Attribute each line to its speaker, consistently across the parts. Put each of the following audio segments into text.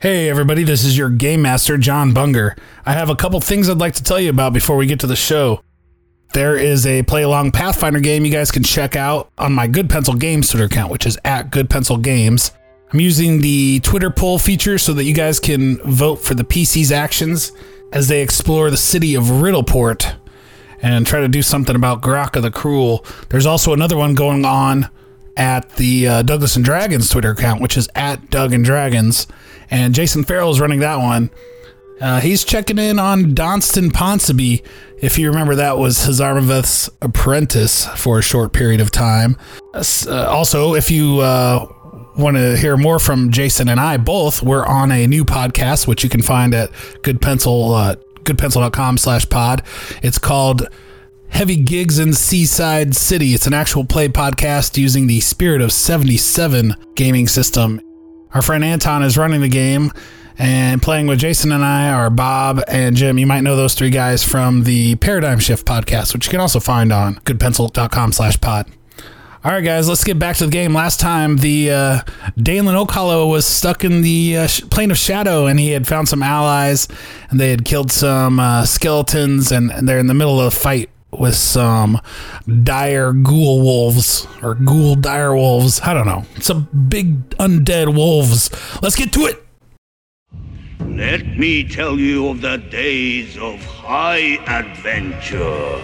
Speaker 1: Hey, everybody, this is your Game Master, John Bunger. I have a couple things I'd like to tell you about before we get to the show. There is a play along Pathfinder game you guys can check out on my Good Pencil Games Twitter account, which is at Good Pencil Games. I'm using the Twitter poll feature so that you guys can vote for the PC's actions as they explore the city of Riddleport and try to do something about Graka the Cruel. There's also another one going on at the uh, Douglas and Dragons Twitter account, which is at Doug and Dragons. And Jason Farrell is running that one. Uh, he's checking in on Donston Ponsonby. If you remember, that was Hazarmaveth's apprentice for a short period of time. Uh, s- uh, also, if you uh, want to hear more from Jason and I both, we're on a new podcast, which you can find at goodpencil, uh, goodpencil.com slash pod. It's called Heavy Gigs in Seaside City. It's an actual play podcast using the Spirit of 77 gaming system. Our friend Anton is running the game, and playing with Jason and I are Bob and Jim. You might know those three guys from the Paradigm Shift podcast, which you can also find on goodpencil.com slash pod. All right, guys, let's get back to the game. Last time, the uh, Dalen Okalo was stuck in the uh, sh- plane of shadow, and he had found some allies, and they had killed some uh, skeletons, and, and they're in the middle of a fight with some dire ghoul wolves or ghoul dire wolves. I don't know. Some big undead wolves. Let's get to it.
Speaker 2: Let me tell you of the days of high adventure.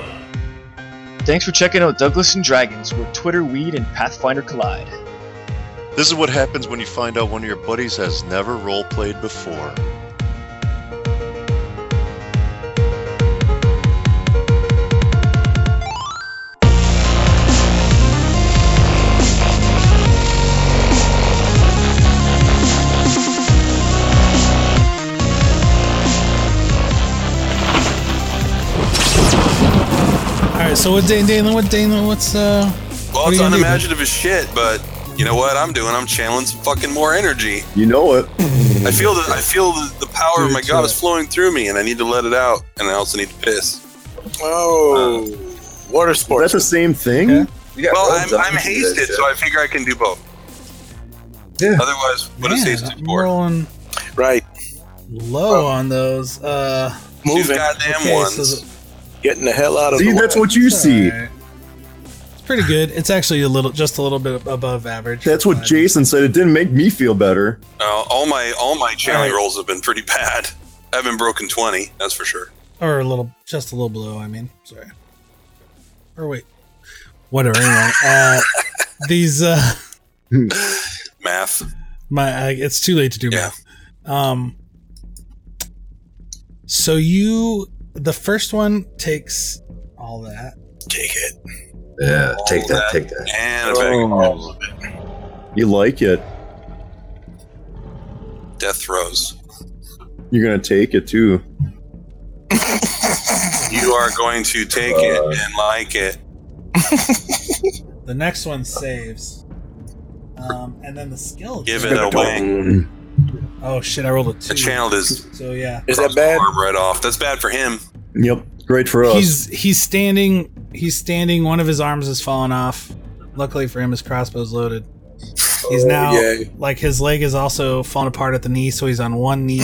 Speaker 3: Thanks for checking out Douglas and Dragons, where Twitter weed and Pathfinder collide.
Speaker 4: This is what happens when you find out one of your buddies has never roleplayed before.
Speaker 1: All right. So what, Dan- Dalen? What Dalen? What's uh?
Speaker 5: Well,
Speaker 1: What
Speaker 5: it's
Speaker 1: are you gonna do?
Speaker 5: unimaginative as shit, but you know what I'm doing? I'm channeling some fucking more energy.
Speaker 6: You know it.
Speaker 5: I feel the I feel the, the power of my god is flowing through me, and I need to let it out, and I also need to piss.
Speaker 7: Oh, water
Speaker 6: Is that
Speaker 7: sports.
Speaker 6: the same thing?
Speaker 8: Yeah.
Speaker 5: Well, I'm, I'm hasted, so I figure I can do both.
Speaker 8: Yeah.
Speaker 5: Otherwise, what is
Speaker 1: Man,
Speaker 5: hasted
Speaker 1: I'm
Speaker 5: for?
Speaker 1: rolling
Speaker 7: right.
Speaker 1: low on those. Uh,
Speaker 5: Two
Speaker 7: Moving,
Speaker 5: goddamn
Speaker 1: okay, so
Speaker 5: ones.
Speaker 1: it's
Speaker 7: getting the hell out of
Speaker 6: See,
Speaker 7: the
Speaker 6: that's
Speaker 7: way.
Speaker 6: what you see.
Speaker 1: all right. It's pretty good. It's actually a little, just a little bit above average.
Speaker 6: That's what
Speaker 1: Fine.
Speaker 6: Jason said. It didn't make me feel better.
Speaker 5: Uh, all my all my channeling
Speaker 1: Alright.
Speaker 5: rolls have been pretty bad. I haven't broken twenty, that's for sure.
Speaker 1: or a little, just a little below. I mean, sorry. Or wait, whatever. Anyway, uh, these uh,
Speaker 5: Math.
Speaker 1: my I, it's too late to do
Speaker 5: Yeah.
Speaker 1: math. Um, so you, the first one takes all that.
Speaker 7: Take it.
Speaker 8: Yeah,
Speaker 5: All
Speaker 8: take that,
Speaker 5: that.
Speaker 8: take that.
Speaker 5: And a bag of
Speaker 1: Oh.
Speaker 5: rolls.
Speaker 6: You like it.
Speaker 5: Death throws.
Speaker 6: You're gonna take it too.
Speaker 5: You are going to take it and like it.
Speaker 1: The next one saves. Um, and then the skeleton.
Speaker 5: Give it away.
Speaker 1: Oh shit! I rolled a two.
Speaker 5: The channel is
Speaker 1: So yeah,
Speaker 7: Is that bad?
Speaker 5: arm right off. That's bad for him.
Speaker 6: Yep. Great for us.
Speaker 1: he's he's standing. He's standing. One of his arms has fallen off. Luckily for him, his crossbow's loaded. He's
Speaker 7: Oh,
Speaker 1: now
Speaker 7: yeah.
Speaker 1: like his leg is also fallen apart at the knee, so he's on one knee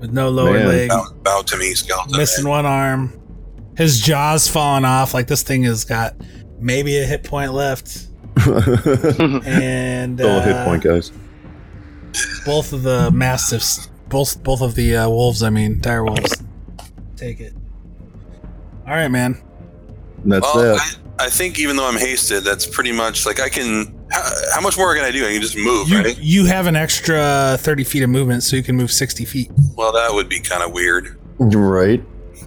Speaker 1: with no lower
Speaker 6: Man.
Speaker 1: leg,
Speaker 9: Oh.
Speaker 5: Bow, bow to me, skeleton.
Speaker 1: missing one arm. His jaw's fallen off. Like this thing has got maybe a hit point left,
Speaker 6: Solid
Speaker 1: and uh,
Speaker 6: hit point, guys.
Speaker 1: both of the mastiffs, both both of the uh, wolves. I mean, dire wolves. Take it. All right, man.
Speaker 6: And that's
Speaker 5: Well,
Speaker 6: that.
Speaker 5: I, I think even though I'm hasted, that's pretty much like I can. How, how much more can I do? I can just move,
Speaker 1: You
Speaker 5: right?
Speaker 1: you have an extra thirty feet of movement, so you can move sixty feet.
Speaker 5: Well, that would be kind of weird.
Speaker 6: Right.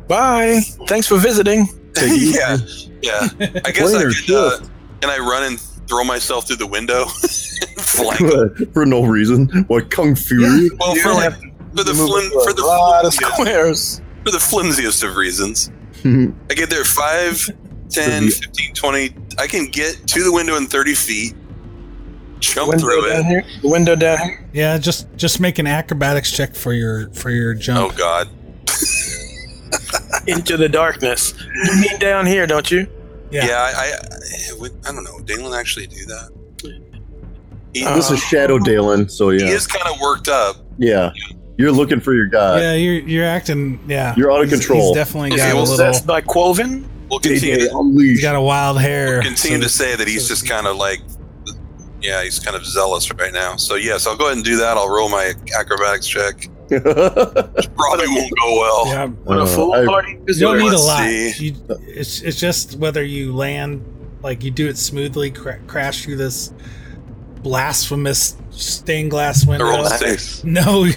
Speaker 7: Bye. Thanks for visiting.
Speaker 6: Take it
Speaker 5: yeah, yeah. I guess I
Speaker 6: Player
Speaker 5: could. Uh, can I run and throw myself through the window? Flank.
Speaker 6: for no reason. What Kung Fury?
Speaker 5: Well,
Speaker 7: You
Speaker 5: for like
Speaker 7: have
Speaker 5: for the
Speaker 7: to move
Speaker 5: flim,
Speaker 7: through
Speaker 5: for
Speaker 7: a lot
Speaker 5: the
Speaker 7: of
Speaker 5: flimsiest,
Speaker 7: squares.
Speaker 5: for the flimsiest of reasons, I get there 5, 10,
Speaker 6: the-
Speaker 5: 15, 20. I can get to the window in thirty feet. Jump
Speaker 7: Window
Speaker 5: through it.
Speaker 7: down here. Window down here.
Speaker 1: Yeah, just just make an acrobatics check for your for your
Speaker 5: Oh
Speaker 1: jump.
Speaker 5: God.
Speaker 7: Into the darkness. You mean down here, don't you?
Speaker 1: Yeah.
Speaker 5: Yeah, I, I, I, would, I don't know. Would Dalen actually do that? He,
Speaker 7: Uh,
Speaker 6: this is Shadow Dalen, so
Speaker 5: he
Speaker 6: yeah.
Speaker 5: is kind of worked up,
Speaker 6: Yeah. You're looking for your guy.
Speaker 9: yeah, you're you're acting. Yeah,
Speaker 6: Uh, You're out of
Speaker 9: He's-
Speaker 6: control.
Speaker 9: He's definitely
Speaker 5: Yeah,
Speaker 9: got a
Speaker 5: well,
Speaker 7: was
Speaker 9: little.
Speaker 7: that by Quoven?
Speaker 5: We'll continue
Speaker 6: Day-Day
Speaker 5: to,
Speaker 9: He's
Speaker 6: unleashed.
Speaker 9: got a wild hair.
Speaker 5: continue
Speaker 9: so-
Speaker 5: to say that he's just kind of like, yeah, he's kind of zealous right now. So yes, I'll go ahead and do that. I'll roll my acrobatics check. Which probably won't go well.
Speaker 9: Yeah,
Speaker 7: What
Speaker 6: Uh,
Speaker 7: a fool
Speaker 6: I-
Speaker 7: party.
Speaker 9: you don't need a
Speaker 5: Let's
Speaker 9: lot.
Speaker 5: see.
Speaker 9: You, it's it's just whether you land, like you do it smoothly, cra- crash through this blasphemous stained glass
Speaker 5: I
Speaker 9: window.
Speaker 5: rolled a six.
Speaker 9: No,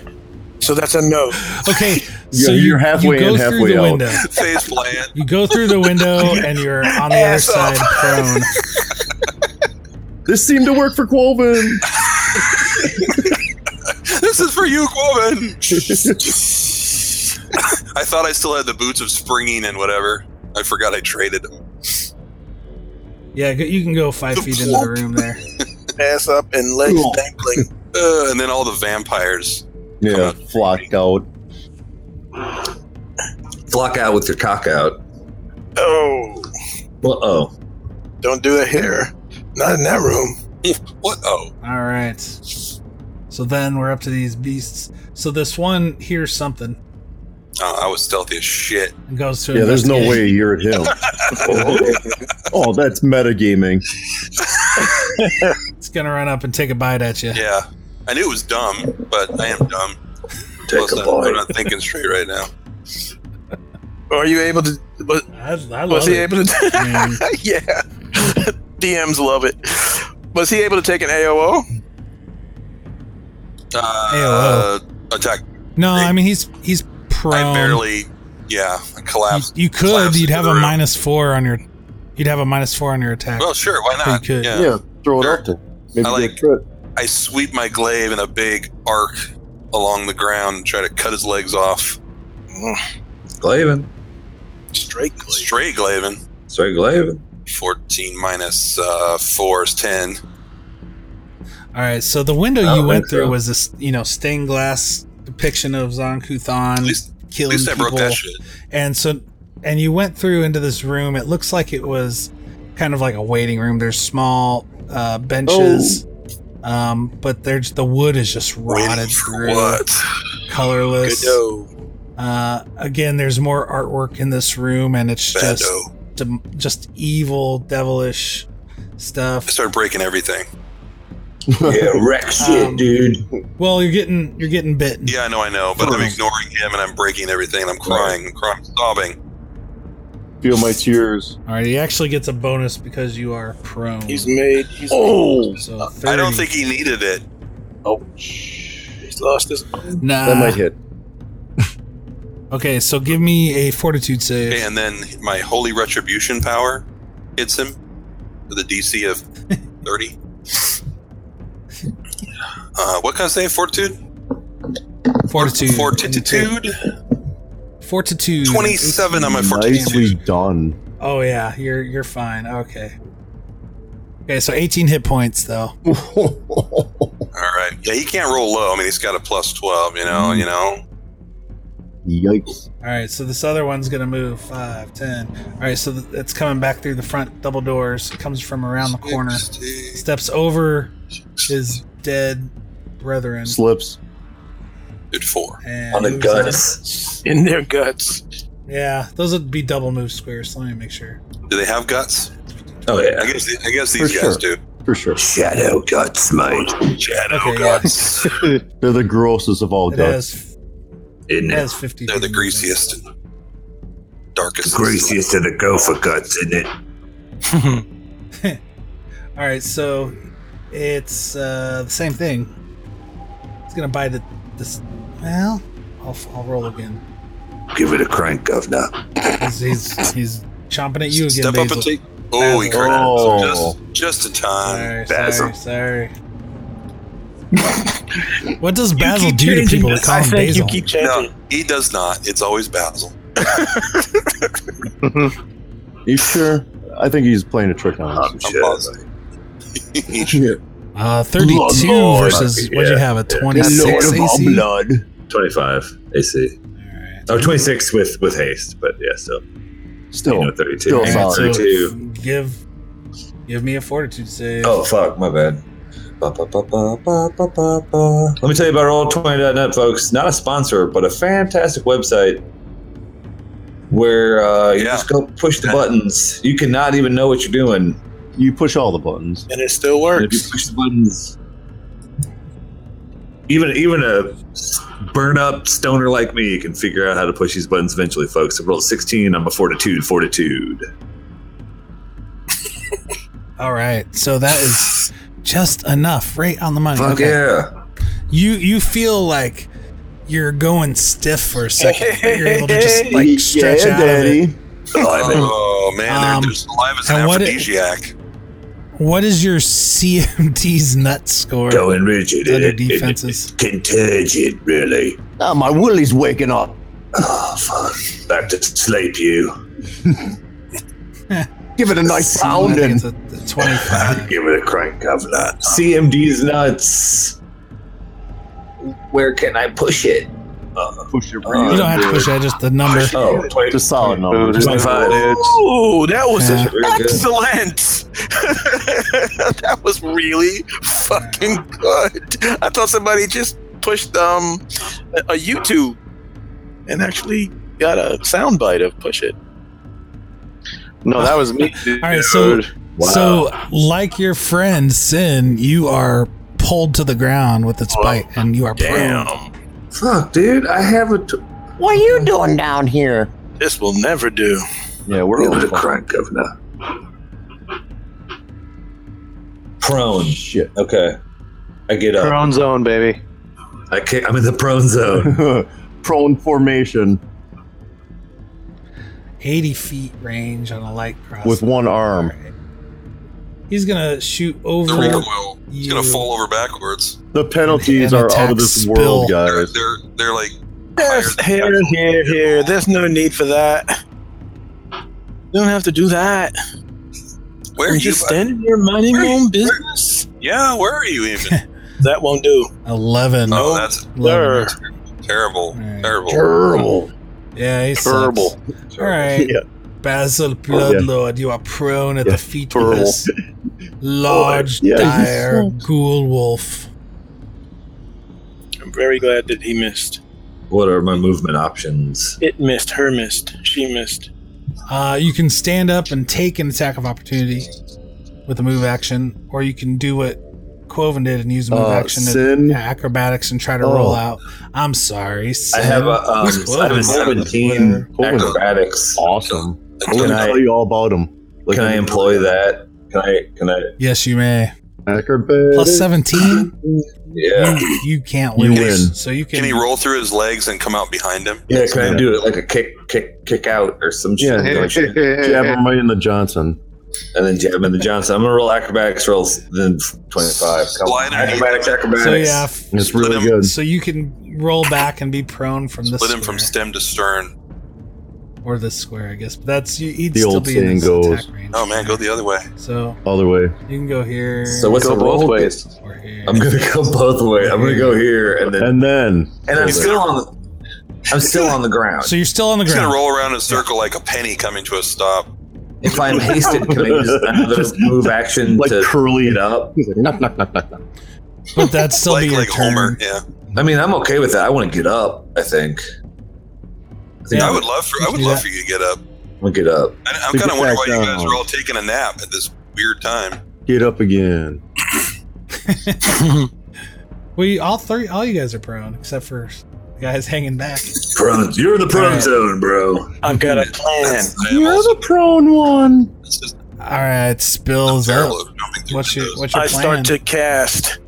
Speaker 7: So that's a no.
Speaker 9: okay.
Speaker 6: Yeah,
Speaker 9: so you-
Speaker 6: you're halfway
Speaker 9: you go
Speaker 6: in,
Speaker 9: through
Speaker 6: halfway
Speaker 9: the
Speaker 6: out.
Speaker 9: Window.
Speaker 5: Face plant.
Speaker 9: You go through the window and you're on the other
Speaker 5: Ass up.
Speaker 9: side prone.
Speaker 6: this seemed to work for Quoven.
Speaker 5: This is for you, Quoven. I thought I still had the boots of springing and whatever. I forgot I traded them.
Speaker 7: Oh.
Speaker 9: Yeah, go- you can go five
Speaker 5: The
Speaker 9: feet into the
Speaker 5: plump.
Speaker 9: room there.
Speaker 7: Ass up and legs
Speaker 6: Cool.
Speaker 7: dangling.
Speaker 5: Uh, and then all the vampires.
Speaker 6: yeah, flocked out.
Speaker 10: Block out with your cock out.
Speaker 7: Oh,
Speaker 6: Uh oh.
Speaker 7: don't do it here. Not in that room.
Speaker 5: What? Oh,
Speaker 9: All right. So then we're up to these beasts. So this one hears something
Speaker 5: oh I was stealthy as shit.
Speaker 9: and goes to.
Speaker 6: Yeah, there's no
Speaker 9: investigate.
Speaker 6: way you're at him. oh, that's metagaming.
Speaker 9: It's gonna run up and take a bite at you.
Speaker 5: Yeah. I knew it was dumb, but I am dumb.
Speaker 10: Take
Speaker 5: Plus,
Speaker 10: a
Speaker 5: I'm- I'm
Speaker 10: bite.
Speaker 5: not thinking straight right now.
Speaker 7: Are you able to? Was,
Speaker 9: I, I love
Speaker 7: was he
Speaker 9: it.
Speaker 7: able to?
Speaker 9: I mean,
Speaker 7: yeah. DMs love it. Was he able to take an AOO?
Speaker 5: Uh, attack.
Speaker 9: no, I mean he's he's prone.
Speaker 5: I barely. Yeah, I
Speaker 9: You,
Speaker 5: collapsed.
Speaker 9: you could.
Speaker 5: collapsed
Speaker 9: You'd
Speaker 5: into
Speaker 9: have
Speaker 5: the
Speaker 9: a
Speaker 5: room. Oh.
Speaker 9: minus four on your. You'd have a minus four on your attack.
Speaker 5: Well, sure. Why not?
Speaker 9: You could.
Speaker 5: Yeah.
Speaker 6: Yeah, throw it
Speaker 5: Sure.
Speaker 6: up to maybe
Speaker 5: I
Speaker 6: get a
Speaker 5: like-
Speaker 6: crit.
Speaker 5: I sweep my glaive in a big arc along the ground and try to cut his legs off.
Speaker 10: Glavin.
Speaker 7: Straight. glaive.
Speaker 5: Straight glaiving.
Speaker 10: Straight Glavin.
Speaker 5: 14 minus uh, 4 is 10.
Speaker 9: All right. So the window
Speaker 10: I
Speaker 5: Oh,
Speaker 9: you
Speaker 10: don't
Speaker 9: went
Speaker 10: think
Speaker 9: through
Speaker 10: so.
Speaker 9: was this, you know, stained glass depiction of Zonkuthon
Speaker 5: At least- At
Speaker 9: killing
Speaker 5: least I
Speaker 9: people.
Speaker 5: broke that shit.
Speaker 9: and so and you went through into this room it looks like it was kind of like a waiting room there's small uh benches um but there's the wood is just
Speaker 5: Oh. Waiting
Speaker 9: rotted
Speaker 5: for
Speaker 9: through
Speaker 5: What?
Speaker 9: colorless
Speaker 7: Good
Speaker 9: uh again there's more artwork in this room and it's just
Speaker 5: Bando.
Speaker 9: dem- just evil devilish
Speaker 5: I
Speaker 9: stuff
Speaker 5: started breaking everything.
Speaker 10: Yeah, wreck shit,
Speaker 9: Um,
Speaker 10: dude.
Speaker 9: well you're getting you're getting bitten
Speaker 5: Yeah, I know, I know, but I'm
Speaker 9: Fine.
Speaker 5: ignoring him and I'm breaking everything and I'm crying, I'm crying, sobbing.
Speaker 6: Feel my tears.
Speaker 9: all right he actually gets a bonus because you are prone
Speaker 7: He's made. He's,
Speaker 6: Oh,
Speaker 9: so
Speaker 5: I don't
Speaker 9: 30.
Speaker 5: think he needed it.
Speaker 7: he's lost his.
Speaker 9: nah.
Speaker 6: that might hit.
Speaker 9: okay so give me a fortitude save
Speaker 5: And then my holy retribution power hits him with a DC of 30. Uh, what kind of save? Fortitude?
Speaker 9: Fortitude.
Speaker 5: Fortitude?
Speaker 9: Fortitude.
Speaker 5: 27 on my fortitude.
Speaker 6: Nicely done.
Speaker 9: Oh yeah, you're you're fine. Okay. Okay, so 18 hit points though.
Speaker 5: All right. Yeah, he can't roll low. I mean, he's got a plus 12, you know, you know.
Speaker 6: Yikes.
Speaker 9: All right, so this other one's going to move 5, 10. All right, so th- it's coming back through the front double doors. It comes from around the corner.
Speaker 5: 60.
Speaker 9: Steps over his dead brethren
Speaker 6: Slips.
Speaker 5: Dude, four.
Speaker 9: and
Speaker 10: On the
Speaker 9: moves up.
Speaker 10: guts.
Speaker 7: in their guts.
Speaker 9: Yeah, those would be double move squares. So let me make sure.
Speaker 5: Do they have guts?
Speaker 10: Oh,
Speaker 5: I
Speaker 10: yeah.
Speaker 5: guess. the- I guess these
Speaker 6: For
Speaker 5: guys
Speaker 6: sure.
Speaker 5: do.
Speaker 6: For sure.
Speaker 10: Shadow guts, mate.
Speaker 5: Shadow
Speaker 9: Okay, yeah.
Speaker 5: guts.
Speaker 6: They're the grossest of all
Speaker 9: It
Speaker 6: guts.
Speaker 9: has,
Speaker 10: In
Speaker 9: it
Speaker 10: it.
Speaker 9: has 50.
Speaker 5: They're the
Speaker 9: feet.
Speaker 5: greasiest, and darkest.
Speaker 10: Greasiest of the gopher guts, in it.
Speaker 9: All right, so it's uh, the same thing. It's gonna buy the this. Well, I'll, I'll roll again.
Speaker 10: Give it a crank, governor.
Speaker 9: He's he's, he's chomping at you again.
Speaker 5: Step up
Speaker 9: Basil.
Speaker 5: and take. Oh, he
Speaker 9: Basil.
Speaker 5: crit.
Speaker 6: Oh.
Speaker 5: Just, just in time.
Speaker 9: Sorry,
Speaker 10: Basil.
Speaker 9: sorry, sorry. what does Basil do to people that call
Speaker 7: I
Speaker 9: him
Speaker 7: think
Speaker 9: Basil?
Speaker 7: you keep
Speaker 5: No,
Speaker 7: changing.
Speaker 5: he does not. It's always Basil.
Speaker 6: You sure? I think he's playing a trick on us.
Speaker 10: I'm
Speaker 5: I'm
Speaker 10: sure.
Speaker 5: positive.
Speaker 9: Uh, Thirty-two
Speaker 10: Lord.
Speaker 9: versus what'd you
Speaker 10: Yeah.
Speaker 9: have? A
Speaker 10: Yeah.
Speaker 9: twenty-six AC. All
Speaker 6: blood.
Speaker 10: 25 AC.
Speaker 9: right.
Speaker 10: Oh, 26 with, with haste, but yeah, still. You
Speaker 6: Still.
Speaker 10: know, 32.
Speaker 6: Still
Speaker 9: All right,
Speaker 6: solid.
Speaker 9: so
Speaker 10: 32.
Speaker 9: give give me a fortitude save.
Speaker 10: Oh, fuck, my bad. Ba, ba, ba, ba, ba, ba, ba, ba. Let me tell you about Roll20.net, folks. Not a sponsor, but a fantastic website where uh, you
Speaker 5: Yeah.
Speaker 10: just go push the buttons. You cannot even know what you're doing.
Speaker 6: You push all the buttons.
Speaker 7: and it still
Speaker 10: And if you
Speaker 7: works.
Speaker 10: push the buttons, even even a burn up stoner like me can figure out how to push these buttons eventually, folks. I rolled 16. I'm a fortitude, fortitude.
Speaker 9: All right. So that is just enough, right on the money.
Speaker 10: Fuck
Speaker 9: Okay.
Speaker 10: yeah.
Speaker 9: You you feel like you're going stiff for a second. but you're able to just like stretch out. of it.
Speaker 5: Oh man, they're
Speaker 9: Um,
Speaker 5: just alive as an
Speaker 9: and what it-
Speaker 5: aphrodisiac.
Speaker 9: What is your CMT's nut score?
Speaker 10: Going rigid.
Speaker 9: Under defenses.
Speaker 10: Contagion, eh? really.
Speaker 6: Ah, my willy's waking up.
Speaker 10: Oh, fuck. Back to sleep, you.
Speaker 6: Give it a nice
Speaker 9: I think
Speaker 6: pounding.
Speaker 9: it's a- a 25.
Speaker 10: Give it a crank of that. CMD's nuts. Where can I push it?
Speaker 6: Push your
Speaker 9: You don't have to push that, just the number.
Speaker 10: Oh, 20,
Speaker 6: Just solid
Speaker 10: Ooh,
Speaker 6: numbers.
Speaker 10: this- 25, dude.
Speaker 7: Ooh, that was
Speaker 9: Yeah.
Speaker 10: Very good.
Speaker 7: excellent. that was really fucking good. I thought somebody just pushed um a YouTube and actually got a sound bite of push it.
Speaker 3: No, that was me.
Speaker 9: All right, so
Speaker 3: dude.
Speaker 9: so like your friend Sin, you are pulled to the ground with
Speaker 5: Oh,
Speaker 9: its bite, and you are prone.
Speaker 7: Damn,
Speaker 10: Fuck, dude. I have a, t-
Speaker 11: What are you doing down here?
Speaker 7: this will never do.
Speaker 6: Yeah, we're
Speaker 10: give it a
Speaker 6: all
Speaker 10: crank of that. Prone.
Speaker 6: shit.
Speaker 10: Okay. I get up.
Speaker 3: Prone zone, baby.
Speaker 10: I can't, I'm in the prone zone.
Speaker 6: Prone formation
Speaker 9: 80 feet range on a light cross.
Speaker 6: with one arm.
Speaker 9: He's gonna shoot over.
Speaker 5: The recoil. It's gonna
Speaker 9: you-
Speaker 5: fall over backwards.
Speaker 6: The penalties
Speaker 9: And
Speaker 6: are out of
Speaker 9: attack
Speaker 6: this
Speaker 9: spill.
Speaker 6: world,
Speaker 5: They're,
Speaker 6: guys.
Speaker 5: they're they're like
Speaker 7: There's here, here, here. There's no need for that. You don't have to do that.
Speaker 5: where are
Speaker 7: I'm
Speaker 5: you?
Speaker 7: just standing here minding my own business.
Speaker 5: Yeah, where are you even?
Speaker 7: That won't do.
Speaker 9: 11.
Speaker 5: oh, that's
Speaker 9: 11.
Speaker 5: terrible,
Speaker 9: Alright.
Speaker 5: terrible.
Speaker 6: Terrible.
Speaker 9: Yeah, he's
Speaker 3: Terrible.
Speaker 9: All right.
Speaker 6: Yeah. Oh,
Speaker 9: Basil Bloodlord, you are prone at
Speaker 6: Yeah,
Speaker 9: the feet of this large,
Speaker 6: Yeah.
Speaker 9: dire ghoul wolf.
Speaker 7: I'm very glad that he missed.
Speaker 10: what are my movement options?
Speaker 7: It missed. Her missed. She missed.
Speaker 9: Uh, you can stand up and take an attack of opportunity with a move action, or you can do what Quoven did and use a move
Speaker 6: Uh,
Speaker 9: action and
Speaker 6: Sin.
Speaker 9: acrobatics and try to
Speaker 6: Oh.
Speaker 9: roll out. I'm sorry. Sin.
Speaker 10: I have a, um,
Speaker 9: Who's
Speaker 10: I have a
Speaker 9: Quoven?
Speaker 10: 17
Speaker 6: Quoven.
Speaker 10: acrobatics.
Speaker 6: Awesome. I'm
Speaker 10: Can
Speaker 6: gonna
Speaker 10: I-
Speaker 6: tell you all about him.
Speaker 10: Can I employ that? Can I? Can I?
Speaker 9: Yes, you may.
Speaker 6: Acrobat.
Speaker 9: Plus 17,
Speaker 10: Yeah.
Speaker 9: you, you can't
Speaker 6: You
Speaker 9: lose.
Speaker 6: win.
Speaker 9: So you can.
Speaker 5: Can he roll through his legs and come out behind him?
Speaker 10: Yeah. Can I do it like a kick, kick, kick out or some shit?
Speaker 6: Yeah.
Speaker 10: Like,
Speaker 6: Jab him right in the Johnson.
Speaker 10: and then jab in the Johnson. I'm gonna roll acrobatics rolls then 25. Come on.
Speaker 5: Slide underneath.
Speaker 10: Acrobatics, acrobatics.
Speaker 9: so yeah, f-
Speaker 6: It's
Speaker 5: Split
Speaker 6: really
Speaker 5: him.
Speaker 6: good.
Speaker 9: so you can roll back and be prone from this
Speaker 5: Split him from
Speaker 9: square.
Speaker 5: stem to stern.
Speaker 9: or this square, I guess. But that's you, he'd
Speaker 6: The
Speaker 9: still
Speaker 6: old
Speaker 9: be in
Speaker 6: saying
Speaker 9: his
Speaker 6: goes-
Speaker 9: attack range.
Speaker 5: Oh man, go the other way.
Speaker 9: So
Speaker 6: Other way.
Speaker 9: you can go here.
Speaker 10: So what's
Speaker 3: Go
Speaker 10: the
Speaker 3: both
Speaker 10: roll?
Speaker 3: ways.
Speaker 9: or here.
Speaker 10: I'm gonna go both ways. I'm gonna go here and then
Speaker 6: And then.
Speaker 10: and I'm still on. The, I'm still on the ground.
Speaker 9: So you're still on the
Speaker 5: He's gonna
Speaker 9: ground.
Speaker 5: roll around in a circle like a penny coming to a stop.
Speaker 10: If I'm hasted, can I use another move action
Speaker 6: Like
Speaker 10: to
Speaker 6: curly
Speaker 10: it up?
Speaker 6: He's like, knock, knock, knock, knock, knock.
Speaker 9: But that's still
Speaker 5: like
Speaker 9: be your
Speaker 5: like
Speaker 9: turn.
Speaker 5: Homer. Yeah.
Speaker 10: I mean, I'm okay with that. I want to get up. I think
Speaker 9: Yeah.
Speaker 5: I would love for I would
Speaker 9: Do
Speaker 5: love
Speaker 9: that.
Speaker 5: for you to get up.
Speaker 10: I'm gonna get up.
Speaker 5: I, I'm
Speaker 6: To
Speaker 5: kind of
Speaker 6: get
Speaker 5: wondering
Speaker 6: back
Speaker 5: why you
Speaker 6: down
Speaker 5: guys
Speaker 6: on.
Speaker 5: are all taking a nap at this weird time.
Speaker 6: Get up again.
Speaker 9: We all three, all you guys are prone except for the guys hanging back.
Speaker 10: Prone, you're in the prone
Speaker 9: Alright.
Speaker 10: zone, bro.
Speaker 7: I've got a plan.
Speaker 5: That's- I am also-
Speaker 6: prone one.
Speaker 5: that's just
Speaker 9: All right, spills
Speaker 5: terrible
Speaker 9: out.
Speaker 5: at jumping through
Speaker 9: What's your
Speaker 5: windows.
Speaker 9: what's your
Speaker 7: I
Speaker 9: plan?
Speaker 7: start to cast.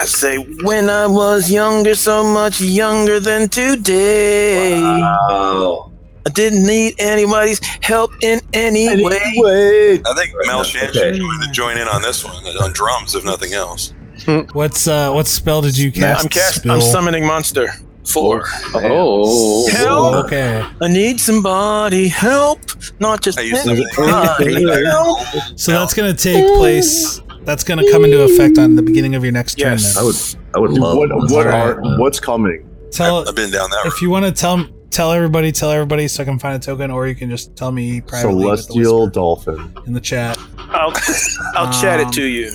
Speaker 7: I say, when I was younger, so much younger than today.
Speaker 10: Wow.
Speaker 7: I didn't need anybody's help in any way.
Speaker 6: Wait.
Speaker 5: I think Mel Shannon
Speaker 10: Okay.
Speaker 5: should join, join in on this one on drums, if nothing else.
Speaker 9: what's uh what spell did you cast?
Speaker 7: I'm cast.
Speaker 9: Spill?
Speaker 7: I'm summoning monster. Four.
Speaker 3: Oh.
Speaker 7: Help!
Speaker 9: Okay,
Speaker 7: I need somebody help, not just
Speaker 5: I used to-
Speaker 7: anybody help.
Speaker 9: so that's gonna take place. That's gonna come into effect on the beginning of your next
Speaker 7: Yes.
Speaker 9: turn.
Speaker 10: I would. I would love.
Speaker 6: What,
Speaker 10: one.
Speaker 6: what
Speaker 9: Alright. uh,
Speaker 6: are, what's coming?
Speaker 9: Then. Tell
Speaker 5: I've been down that road.
Speaker 9: if you want to tell Tell everybody, tell everybody, so I can find a token, or you can just tell me privately with the
Speaker 6: Celestial dolphin.
Speaker 9: whisper in the chat.
Speaker 7: I'll I'll chat it to you.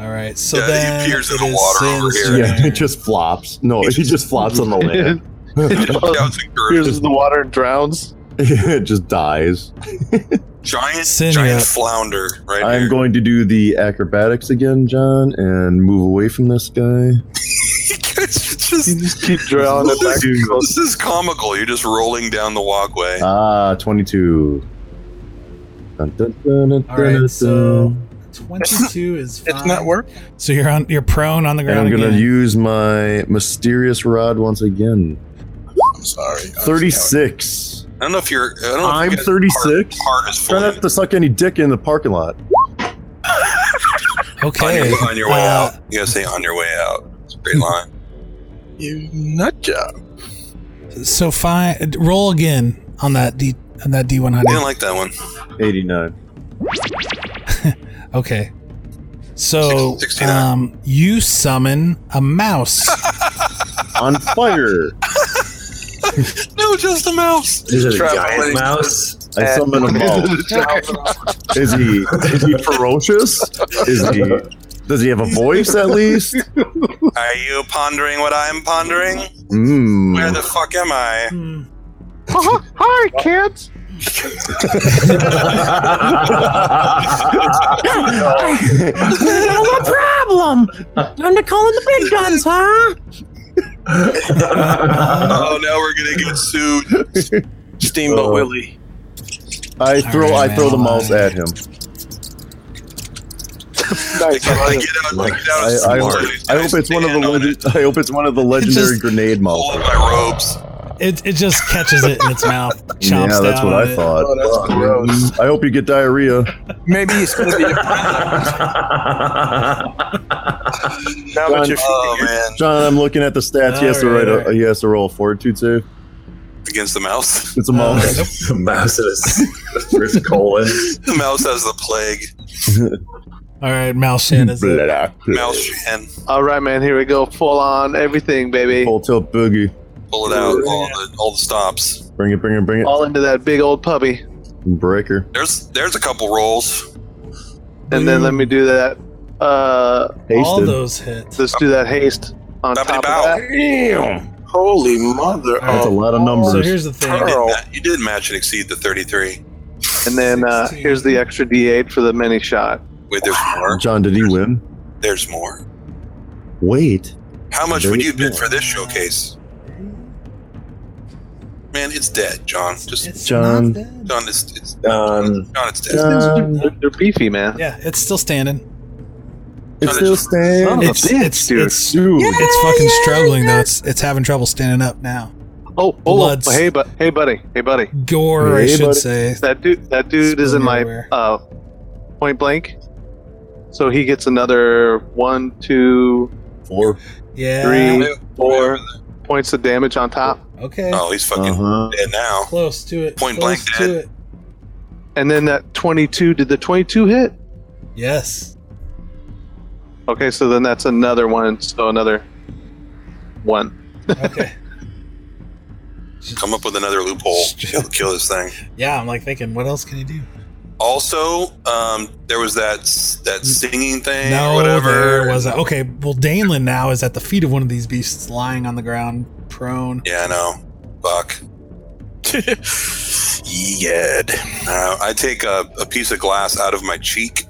Speaker 9: All right, so
Speaker 5: Yeah, he
Speaker 9: then
Speaker 5: appears in
Speaker 9: it
Speaker 5: the
Speaker 9: is
Speaker 5: water over
Speaker 9: Sin's
Speaker 5: here.
Speaker 9: turn.
Speaker 6: Yeah, it just flops. No, it just flops on the land.
Speaker 5: Sounds encouraging.
Speaker 3: Here's the water and drowns.
Speaker 6: it just dies.
Speaker 5: Giant,
Speaker 9: Sin,
Speaker 5: giant
Speaker 9: yeah.
Speaker 5: flounder right
Speaker 6: I'm
Speaker 5: here.
Speaker 6: going to do the acrobatics again, John, and move away from this guy.
Speaker 5: It's
Speaker 3: You
Speaker 5: just-
Speaker 3: just keep drowning. it back and forth.
Speaker 5: this is comical. You're just rolling down the walkway.
Speaker 6: Ah, 22. Dun, dun, dun, dun,
Speaker 9: All
Speaker 6: dun,
Speaker 9: right,
Speaker 6: dun.
Speaker 9: so twenty-two is fine.
Speaker 7: It's not work.
Speaker 9: So you're on, you're prone on the
Speaker 6: and
Speaker 9: ground
Speaker 6: I'm going to
Speaker 9: again.
Speaker 6: use my mysterious rod once again.
Speaker 5: I'm sorry. I'm
Speaker 6: 36.
Speaker 5: I don't know if you're. I don't know
Speaker 6: I'm
Speaker 5: if you guys-
Speaker 6: 36.
Speaker 5: Heart, heart is full.
Speaker 6: Try not to suck any dick in the parking lot.
Speaker 5: on,
Speaker 9: okay,
Speaker 5: your, on your way
Speaker 9: uh, Hmm.
Speaker 5: out. You gotta say on your way out. It's a great line.
Speaker 7: You nut job.
Speaker 9: So fine, roll again on that D on that D one
Speaker 5: I didn't
Speaker 9: hundred.
Speaker 5: like that one.
Speaker 6: 89.
Speaker 9: Okay. So,
Speaker 5: Six- 69.
Speaker 9: um, you summon a mouse.
Speaker 6: On fire.
Speaker 5: No, just a mouse.
Speaker 10: Is it a
Speaker 7: Traveling.
Speaker 10: giant mouse?
Speaker 6: I summon a mouse. Is he is he ferocious? Is he does he have a voice at least?
Speaker 5: Are you pondering what I'm pondering? Where
Speaker 6: Mmm.
Speaker 5: the fuck am I?
Speaker 11: Hi, kids. No problem. Time to call in the big guns, huh?
Speaker 5: Oh, now we're gonna get sued.
Speaker 7: Steamboat
Speaker 6: Uh,
Speaker 7: Willie.
Speaker 6: I throw I throw the mouse at him.
Speaker 5: I get I get out. I get out.
Speaker 6: I, I, hope, I hope it's one of the legend, I hope it's one of the legendary
Speaker 9: Just-
Speaker 6: grenade
Speaker 5: All of
Speaker 6: mouses.
Speaker 5: my robes.
Speaker 9: It, it just catches it in its mouth.
Speaker 6: Yeah,
Speaker 9: Chomps
Speaker 6: that's
Speaker 9: down
Speaker 6: what
Speaker 9: on
Speaker 6: I
Speaker 9: it.
Speaker 6: thought.
Speaker 5: Oh,
Speaker 6: Mm, I hope you get diarrhea.
Speaker 7: Maybe it's gonna be now that you're
Speaker 5: Oh man,
Speaker 6: John, I'm looking at the stats. he has to
Speaker 9: Alright,
Speaker 6: write a,
Speaker 9: alright.
Speaker 6: he has to roll a fortitude save.
Speaker 5: against the mouse.
Speaker 6: It's a mouse.
Speaker 9: Nope.
Speaker 10: mouse is first colon.
Speaker 5: The mouse has the plague.
Speaker 9: All right, mouse in is it.
Speaker 6: Blah, blah.
Speaker 5: Mouse Shan,
Speaker 3: All right, man. Here we go. Full on everything, baby.
Speaker 6: Full tilt boogie.
Speaker 5: pull it out. All the all the stops.
Speaker 6: Bring it, bring it, bring it.
Speaker 3: All into that big old puppy.
Speaker 6: Breaker.
Speaker 5: There's there's a couple rolls.
Speaker 3: And then let me do that. Uh,
Speaker 9: All
Speaker 6: Hasted.
Speaker 9: those hit.
Speaker 3: let's do that haste on
Speaker 5: Boppity
Speaker 3: top of
Speaker 5: bow.
Speaker 3: that.
Speaker 7: holy
Speaker 9: All right.
Speaker 7: mother
Speaker 6: That's a
Speaker 7: of
Speaker 6: lot of
Speaker 9: So
Speaker 6: numbers.
Speaker 9: here's the
Speaker 5: You
Speaker 9: thing.
Speaker 5: did,
Speaker 7: Pearl.
Speaker 5: ma- you did match and exceed the 33.
Speaker 3: And then uh, here's the extra D8 for the mini shot.
Speaker 5: Wait, there's more.
Speaker 6: John, did he win?
Speaker 5: There's more.
Speaker 6: Wait.
Speaker 5: How much
Speaker 6: There
Speaker 5: would you
Speaker 6: you
Speaker 5: bid
Speaker 6: go.
Speaker 5: for this showcase? Man, it's dead, John. Just
Speaker 9: It's
Speaker 6: John.
Speaker 9: not dead.
Speaker 5: John, it's, it's
Speaker 10: Um,
Speaker 5: John, it's dead.
Speaker 6: John,
Speaker 3: They're, they're beefy, man.
Speaker 9: Yeah, it's still standing.
Speaker 6: it's still
Speaker 3: Son
Speaker 6: staying.
Speaker 3: of a
Speaker 9: It's
Speaker 3: bitch,
Speaker 9: it's
Speaker 3: dude.
Speaker 9: it's,
Speaker 6: Dude,
Speaker 9: it's fucking struggling though. It's it's having trouble standing up now.
Speaker 3: Oh, oh,
Speaker 9: Bloods.
Speaker 3: oh hey, but hey, buddy, hey, buddy.
Speaker 9: Gore, I
Speaker 6: Hey,
Speaker 9: should
Speaker 6: buddy.
Speaker 9: say.
Speaker 3: That dude, that dude is in my
Speaker 9: Everywhere.
Speaker 3: uh, point blank. So he gets another one, two,
Speaker 6: four.
Speaker 9: Yeah.
Speaker 3: three,
Speaker 5: Four.
Speaker 3: points of damage on top,
Speaker 9: Okay.
Speaker 5: Oh, he's fucking
Speaker 6: Uh-huh.
Speaker 5: dead now.
Speaker 9: Close to it.
Speaker 5: Point
Speaker 9: Close
Speaker 5: blank,
Speaker 9: to
Speaker 5: Dad.
Speaker 9: it.
Speaker 3: and then that twenty-two. Did the twenty-two hit?
Speaker 9: Yes.
Speaker 3: Okay, so then that's another one. So another one.
Speaker 9: Okay.
Speaker 5: Come up with another loophole. Kill, kill this thing.
Speaker 9: Yeah, I'm like thinking, what else can you do?
Speaker 5: Also, um, there was that s- that singing thing or
Speaker 9: No,
Speaker 5: whatever.
Speaker 9: there was a, okay. Well, Danelin now is at the feet of one of these beasts, lying on the ground, prone.
Speaker 5: Yeah, I know. Fuck. Yed. Uh, I take a, a piece of glass out of my cheek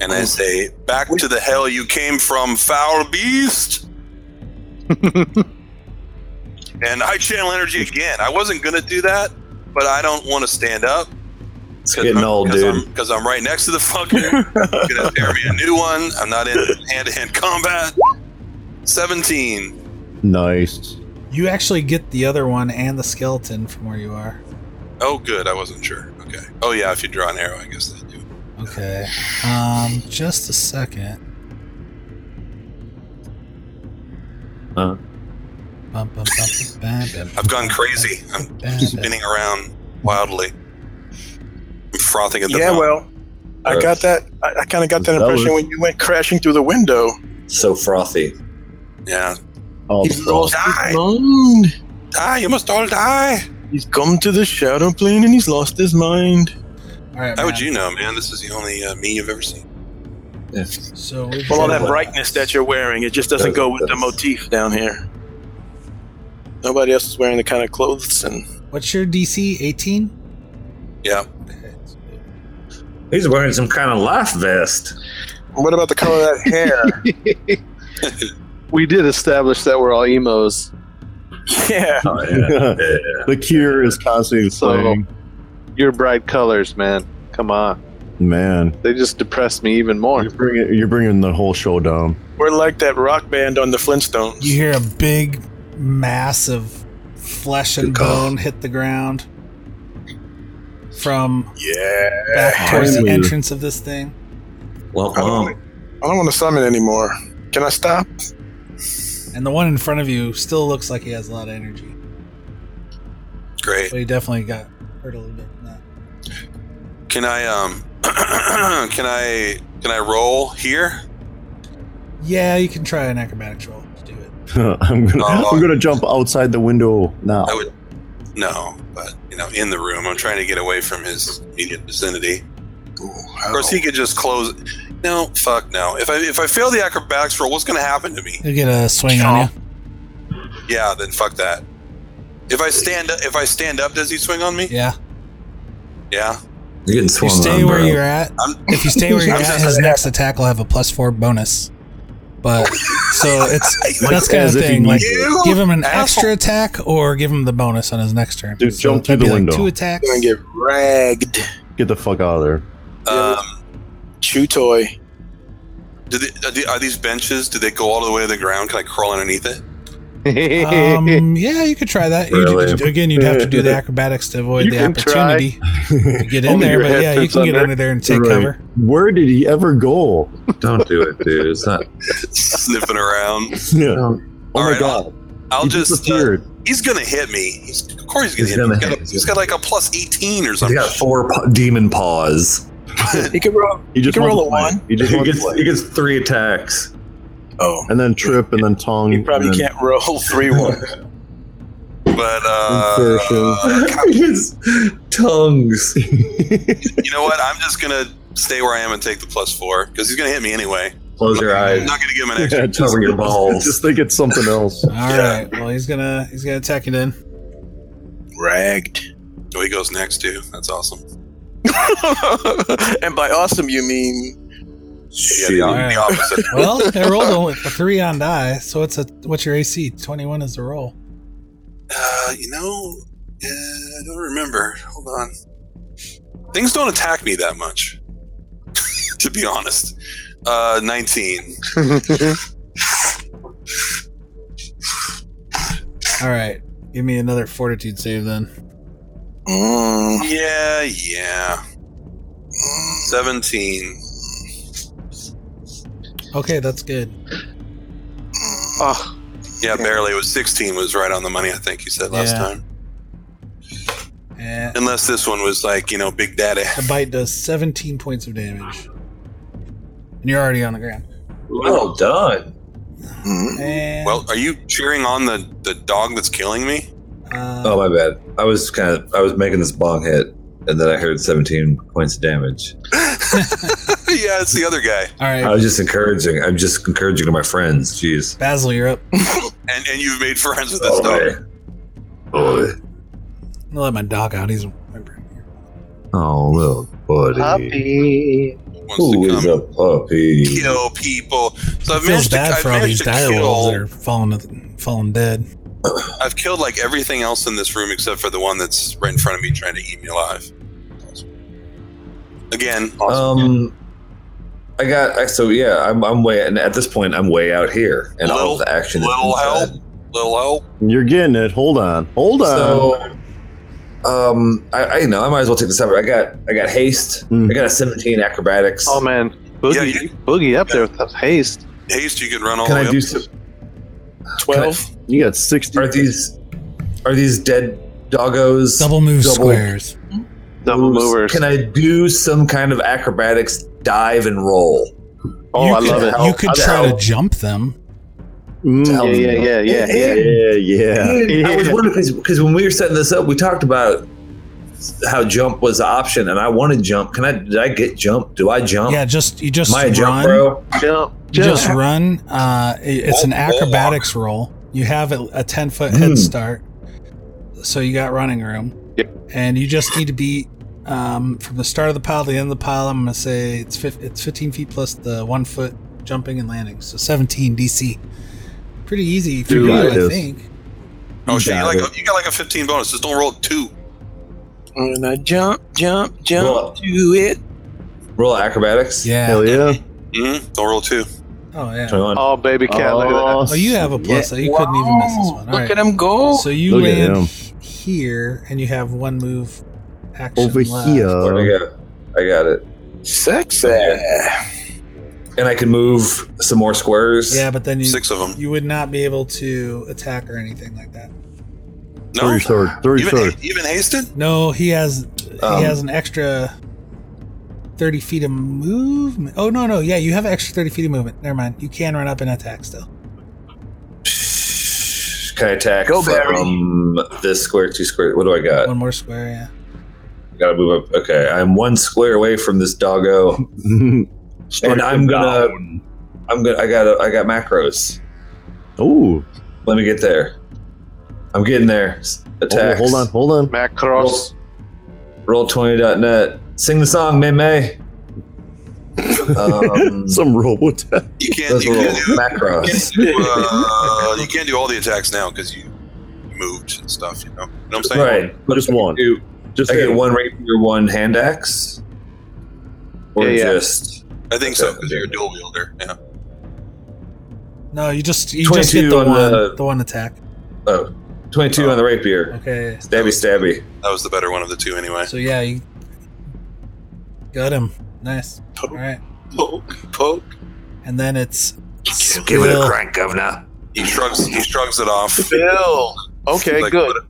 Speaker 5: and I say, Back to the hell you came from, foul beast! and I channel energy again. I wasn't going to do that, but I don't want to stand up.
Speaker 10: it's getting old, dude.
Speaker 5: Because I'm, right next to the fucker. He's going to tear me a new one. I'm not in hand to hand combat. 17.
Speaker 6: Nice.
Speaker 9: You actually get the other one and the skeleton from where you are.
Speaker 5: Oh, good. I wasn't sure. Okay. Oh, yeah. If you draw an arrow, I guess they do.
Speaker 9: Okay. Um, just a second.
Speaker 10: Huh?
Speaker 9: Bum, bum, bum, bum, bum, bum,
Speaker 5: I've gone
Speaker 9: bum,
Speaker 5: crazy.
Speaker 9: bum,
Speaker 5: I'm
Speaker 9: bum, bum, bum.
Speaker 5: spinning around wildly. I'm frothing at the
Speaker 7: Yeah,
Speaker 5: mouth.
Speaker 7: well, I got that. I, I kind of got that
Speaker 6: That
Speaker 7: impression
Speaker 6: was-
Speaker 7: when you went crashing through the window.
Speaker 10: So frothy.
Speaker 5: yeah.
Speaker 6: Oh,
Speaker 7: He's lost
Speaker 5: Die.
Speaker 7: his mind.
Speaker 5: die. You must all die.
Speaker 7: He's come to the shadow plane and he's lost his mind.
Speaker 5: How would you know, man? This is the only uh, me you've ever seen.
Speaker 9: So
Speaker 7: Well, all that brightness that you're wearing, it just doesn't go with the motif down here. Nobody else is wearing the kind of clothes and
Speaker 9: What's your DC? 18?
Speaker 5: yeah.
Speaker 10: He's wearing some kind of life vest.
Speaker 7: What about the color of that hair?
Speaker 3: we did establish that we're all emos.
Speaker 7: Yeah.
Speaker 10: Oh,
Speaker 6: the cure is constantly playing.
Speaker 3: Your bright colors, man. Come on.
Speaker 6: Man,
Speaker 3: They just depressed me even more.
Speaker 6: you're bringing, you're bringing the whole show down.
Speaker 7: we're like that rock band on the Flintstones.
Speaker 9: You hear a big mass of flesh and bone hit the ground from
Speaker 7: Yeah.
Speaker 9: back towards the
Speaker 6: Highly.
Speaker 9: entrance of this thing.
Speaker 10: Well,
Speaker 7: I don't,
Speaker 10: um,
Speaker 7: I don't want to summon anymore. Can I stop?
Speaker 9: And the one in front of you still looks like he has a lot of energy.
Speaker 5: Great.
Speaker 9: But he definitely got hurt a little bit from that.
Speaker 5: Can I um? can I can I roll here?
Speaker 9: Yeah, you can try an acrobatics roll to do it.
Speaker 6: I'm gonna
Speaker 5: Oh.
Speaker 6: I'm gonna jump outside the window now.
Speaker 5: I would. No, but you know, in the room, I'm trying to get away from his immediate vicinity. Of course, he could just close. No, fuck no. If I if I fail the acrobatics roll, what's going to happen to me?
Speaker 9: You get a swing on you.
Speaker 5: Yeah, then fuck that. If I stand up, if I stand up, does he swing on me?
Speaker 9: Yeah.
Speaker 5: Yeah.
Speaker 10: you're getting
Speaker 9: If you
Speaker 10: swung
Speaker 9: stay
Speaker 10: on,
Speaker 9: where
Speaker 10: bro.
Speaker 9: you're at,
Speaker 5: I'm,
Speaker 9: if you stay where you're
Speaker 5: I'm
Speaker 9: at,
Speaker 5: just-
Speaker 9: his next attack will have a plus four bonus. But so it's that's kind of
Speaker 6: as if he
Speaker 9: thing. Like
Speaker 6: needs
Speaker 5: it.
Speaker 9: give him an
Speaker 5: Asshole.
Speaker 9: extra attack or give him the bonus on his next turn.
Speaker 6: Dude,
Speaker 9: So
Speaker 6: jump through
Speaker 9: that'd
Speaker 6: the
Speaker 9: be like
Speaker 6: window.
Speaker 9: two attacks.
Speaker 7: You're gonna get ragged.
Speaker 6: Get the fuck out of there.
Speaker 5: um,
Speaker 7: Chew toy.
Speaker 5: do they, are, the, are these benches? Do they go all the way to the ground? Can I crawl underneath it?
Speaker 9: Um, yeah, you could try that. You
Speaker 10: Really?
Speaker 9: could- again, you'd have to do the acrobatics to avoid
Speaker 3: You
Speaker 9: the
Speaker 3: can try.
Speaker 9: opportunity to get in
Speaker 3: Only
Speaker 9: there.
Speaker 3: your
Speaker 9: But
Speaker 3: head
Speaker 9: yeah, you
Speaker 3: fits
Speaker 9: can get
Speaker 3: under.
Speaker 9: under there and take
Speaker 6: Right.
Speaker 9: cover.
Speaker 6: Where did he ever go?
Speaker 10: Don't do it, dude. It's not.
Speaker 5: Sniffing around.
Speaker 6: Yeah.
Speaker 10: No.
Speaker 6: Oh
Speaker 5: All
Speaker 6: my
Speaker 5: right,
Speaker 6: god.
Speaker 5: I'll
Speaker 6: he
Speaker 5: just. Uh,
Speaker 6: disappeared.
Speaker 5: he's gonna hit me. He's, of course, he's
Speaker 10: He's
Speaker 5: gonna hit
Speaker 10: gonna
Speaker 5: me. He's got,
Speaker 10: hit
Speaker 5: a,
Speaker 10: you.
Speaker 5: he's got like a plus eighteen or
Speaker 10: He
Speaker 5: something.
Speaker 10: got four pa- demon paws.
Speaker 7: He could roll.
Speaker 6: he just
Speaker 7: can
Speaker 6: wants
Speaker 7: roll
Speaker 6: to
Speaker 7: a
Speaker 6: play.
Speaker 7: one.
Speaker 6: He just
Speaker 10: He
Speaker 6: wants to
Speaker 10: gets,
Speaker 6: play.
Speaker 10: he gets three attacks.
Speaker 7: Oh.
Speaker 6: and then trip and then tongue.
Speaker 7: He probably
Speaker 6: and then-
Speaker 7: can't roll three one.
Speaker 5: But uh,
Speaker 10: He gets tongues.
Speaker 5: you know what? I'm just gonna stay where I am and take the plus four because he's gonna hit me anyway.
Speaker 10: Close your
Speaker 5: I'm
Speaker 10: eyes.
Speaker 5: not gonna give him an extra.
Speaker 6: Yeah, just-
Speaker 10: Cover your balls.
Speaker 6: Just think it's something else.
Speaker 9: All right. Well, he's gonna he's gonna attack you then.
Speaker 7: Ragged.
Speaker 5: Oh, he goes next too. That's awesome.
Speaker 7: and by awesome you mean
Speaker 5: Yeah, the, op- the opposite.
Speaker 9: Well, I rolled only a three on die, so it's a what's your AC? Twenty one is the roll.
Speaker 5: Uh, you know, uh, I don't remember. Hold on. Things don't attack me that much, to be honest. Uh, 19.
Speaker 9: All right. Give me another fortitude save then.
Speaker 7: Mm,
Speaker 5: Yeah, yeah. 17.
Speaker 9: Okay, that's good.
Speaker 3: Oh,
Speaker 5: Yeah, barely. It was 16 was right on the money, I think you said last
Speaker 9: Yeah.
Speaker 5: time.
Speaker 9: And
Speaker 5: Unless this one was like, you know, Big Daddy.
Speaker 9: the bite does seventeen points of damage. And you're already on the ground.
Speaker 10: Well Oh, done.
Speaker 7: mm.
Speaker 9: And,
Speaker 5: Well, are you cheering on the, the dog that's killing me?
Speaker 9: uh,
Speaker 10: Oh my bad. I was kind of. I was making this bong hit, and then I heard 17 points of damage.
Speaker 5: yeah, it's the other guy.
Speaker 9: all right,
Speaker 10: I was just encouraging. I'm just encouraging to my friends. Jeez.
Speaker 9: Basil, you're up. I'm
Speaker 5: And and you've made friends with this
Speaker 10: Oh,
Speaker 5: dog.
Speaker 10: man. Boy.
Speaker 9: gonna let my dog out. He's remembering.
Speaker 10: Oh, little buddy.
Speaker 3: puppy.
Speaker 5: Wants
Speaker 10: Who
Speaker 5: to
Speaker 10: is
Speaker 5: come
Speaker 10: a puppy?
Speaker 5: kill people. So I've
Speaker 9: Feels
Speaker 5: managed to,
Speaker 9: bad
Speaker 5: I've
Speaker 9: for all
Speaker 5: managed
Speaker 9: these
Speaker 5: to
Speaker 9: dire wolves that
Speaker 5: kill.
Speaker 9: are falling falling dead.
Speaker 5: I've killed like everything else in this room except for the one that's right in front of me trying to eat me alive. Again, awesome.
Speaker 10: Um, I got. I, so yeah, I'm. I'm way. And at this point, I'm way out here, and all
Speaker 5: Little-
Speaker 10: of the action. is
Speaker 5: little
Speaker 10: inside.
Speaker 5: help. little help.
Speaker 6: You're getting it. Hold on. Hold on.
Speaker 10: So, um, I, I you know I might as well take this up. I got. I got haste.
Speaker 6: Mm.
Speaker 10: I got a 17 acrobatics.
Speaker 3: Oh man,
Speaker 5: Yeah,
Speaker 3: boogie,
Speaker 5: you-
Speaker 3: boogie up there with that haste.
Speaker 5: Haste, you could run all
Speaker 10: Can
Speaker 5: the way
Speaker 10: I
Speaker 5: up.
Speaker 10: do some?
Speaker 7: twelve.
Speaker 6: you got sixty.
Speaker 10: Are these? Are these dead doggos?
Speaker 9: Double move
Speaker 10: Double.
Speaker 9: squares.
Speaker 3: Double movers.
Speaker 10: Can I do some kind of acrobatics dive and roll?
Speaker 3: oh,
Speaker 9: you
Speaker 3: I
Speaker 9: could,
Speaker 3: love it.
Speaker 9: You could
Speaker 10: I'll
Speaker 9: try to
Speaker 10: help.
Speaker 9: jump them.
Speaker 3: yeah, yeah, yeah, yeah, yeah.
Speaker 6: yeah, yeah.
Speaker 10: And I was wondering because when we were setting this up, we talked about how jump was the option, and I wanted jump. Can I? Did I get jump? Do I jump?
Speaker 9: Yeah, just you just
Speaker 10: Am I a
Speaker 9: run.
Speaker 10: jump, bro?
Speaker 3: Jump,
Speaker 9: Just
Speaker 3: jump.
Speaker 9: run. Uh, it- it's an
Speaker 5: Wall- wall
Speaker 9: acrobatics roll. You have a a ten foot
Speaker 10: Hmm.
Speaker 9: head start, so you got running room.
Speaker 3: Yep.
Speaker 9: And you just need to be um, from the start of the pile to the end of the pile. I'm gonna say it's fif- it's 15 feet plus the one foot jumping and landing, so 17 DC. Pretty easy for
Speaker 6: You
Speaker 9: you,
Speaker 6: got
Speaker 9: I
Speaker 6: this.
Speaker 9: think.
Speaker 5: Oh shit! You
Speaker 6: got
Speaker 5: like
Speaker 6: it.
Speaker 5: a, you got like a 15 bonus. Just don't roll a two.
Speaker 7: And I jump, jump, jump
Speaker 10: Well-
Speaker 7: to it.
Speaker 10: Roll acrobatics.
Speaker 9: Yeah.
Speaker 6: Hell yeah.
Speaker 5: hmm Don't roll a two.
Speaker 9: Oh yeah.
Speaker 10: Twenty-one.
Speaker 3: Oh, baby cat, look at that.
Speaker 9: Oh, you have a plus. You couldn't even miss this one. All
Speaker 7: Look
Speaker 9: right.
Speaker 7: at him go.
Speaker 9: So you
Speaker 6: Look at
Speaker 9: land
Speaker 6: him.
Speaker 9: h- here, and you have one move action
Speaker 6: Over
Speaker 9: left.
Speaker 10: Where'd
Speaker 6: here.
Speaker 10: I go? I got it.
Speaker 7: Sexy.
Speaker 10: And I can move some more squares.
Speaker 9: Yeah, but then you
Speaker 5: Six of them.
Speaker 9: you would not be able to attack or anything like that.
Speaker 5: No.
Speaker 6: Three sword. Three
Speaker 5: Even
Speaker 6: sword.
Speaker 5: ha- even hasted.
Speaker 9: No, he has
Speaker 10: Um,
Speaker 9: he has an extra thirty feet of movement. Oh no, no, yeah, you have extra thirty feet of movement. Never mind, you can run up and attack still.
Speaker 10: Can I attack
Speaker 7: Go, Barry.
Speaker 10: from this square, two square? What do I got?
Speaker 9: One more square, yeah.
Speaker 10: Gotta move up. Okay, I'm one square away from this doggo, and I'm gonna, I'm gonna, I got, I got macros.
Speaker 6: Ooh.
Speaker 10: Let me get there. I'm getting there. S-
Speaker 6: Hold,
Speaker 10: Attacks.
Speaker 6: hold on. Hold on.
Speaker 3: Macross.
Speaker 10: Roll20.net. Sing the song, May May. Um,
Speaker 6: Some Robotech.
Speaker 5: You can't.
Speaker 10: those
Speaker 5: You
Speaker 10: little
Speaker 5: can't do. You
Speaker 10: macros.
Speaker 5: can't do, uh, you can't do all the attacks now because you moved and stuff. You know, you know what I'm saying?
Speaker 10: Right. But
Speaker 6: Just one.
Speaker 10: do-
Speaker 6: Just
Speaker 10: I get
Speaker 6: hit.
Speaker 10: one rapier, one hand axe, or
Speaker 3: Yeah, yeah.
Speaker 10: just
Speaker 5: I think so
Speaker 10: Okay.
Speaker 5: because you're a dual wielder. Yeah.
Speaker 9: No, you just you just hit
Speaker 10: 22
Speaker 9: the
Speaker 10: on
Speaker 9: one
Speaker 10: the-
Speaker 9: the, one attack.
Speaker 10: oh, 22 on the rapier.
Speaker 9: Okay,
Speaker 10: Stabby, stabby.
Speaker 5: That was the better one of the two anyway.
Speaker 9: so yeah, you got him. Nice. All right,
Speaker 5: Poke, poke.
Speaker 9: and then it's
Speaker 10: Give it a
Speaker 9: skill.
Speaker 10: crank, governor.
Speaker 5: He shrugs. He shrugs it off.
Speaker 7: Bill. Okay,
Speaker 5: Like,
Speaker 7: good.
Speaker 5: what-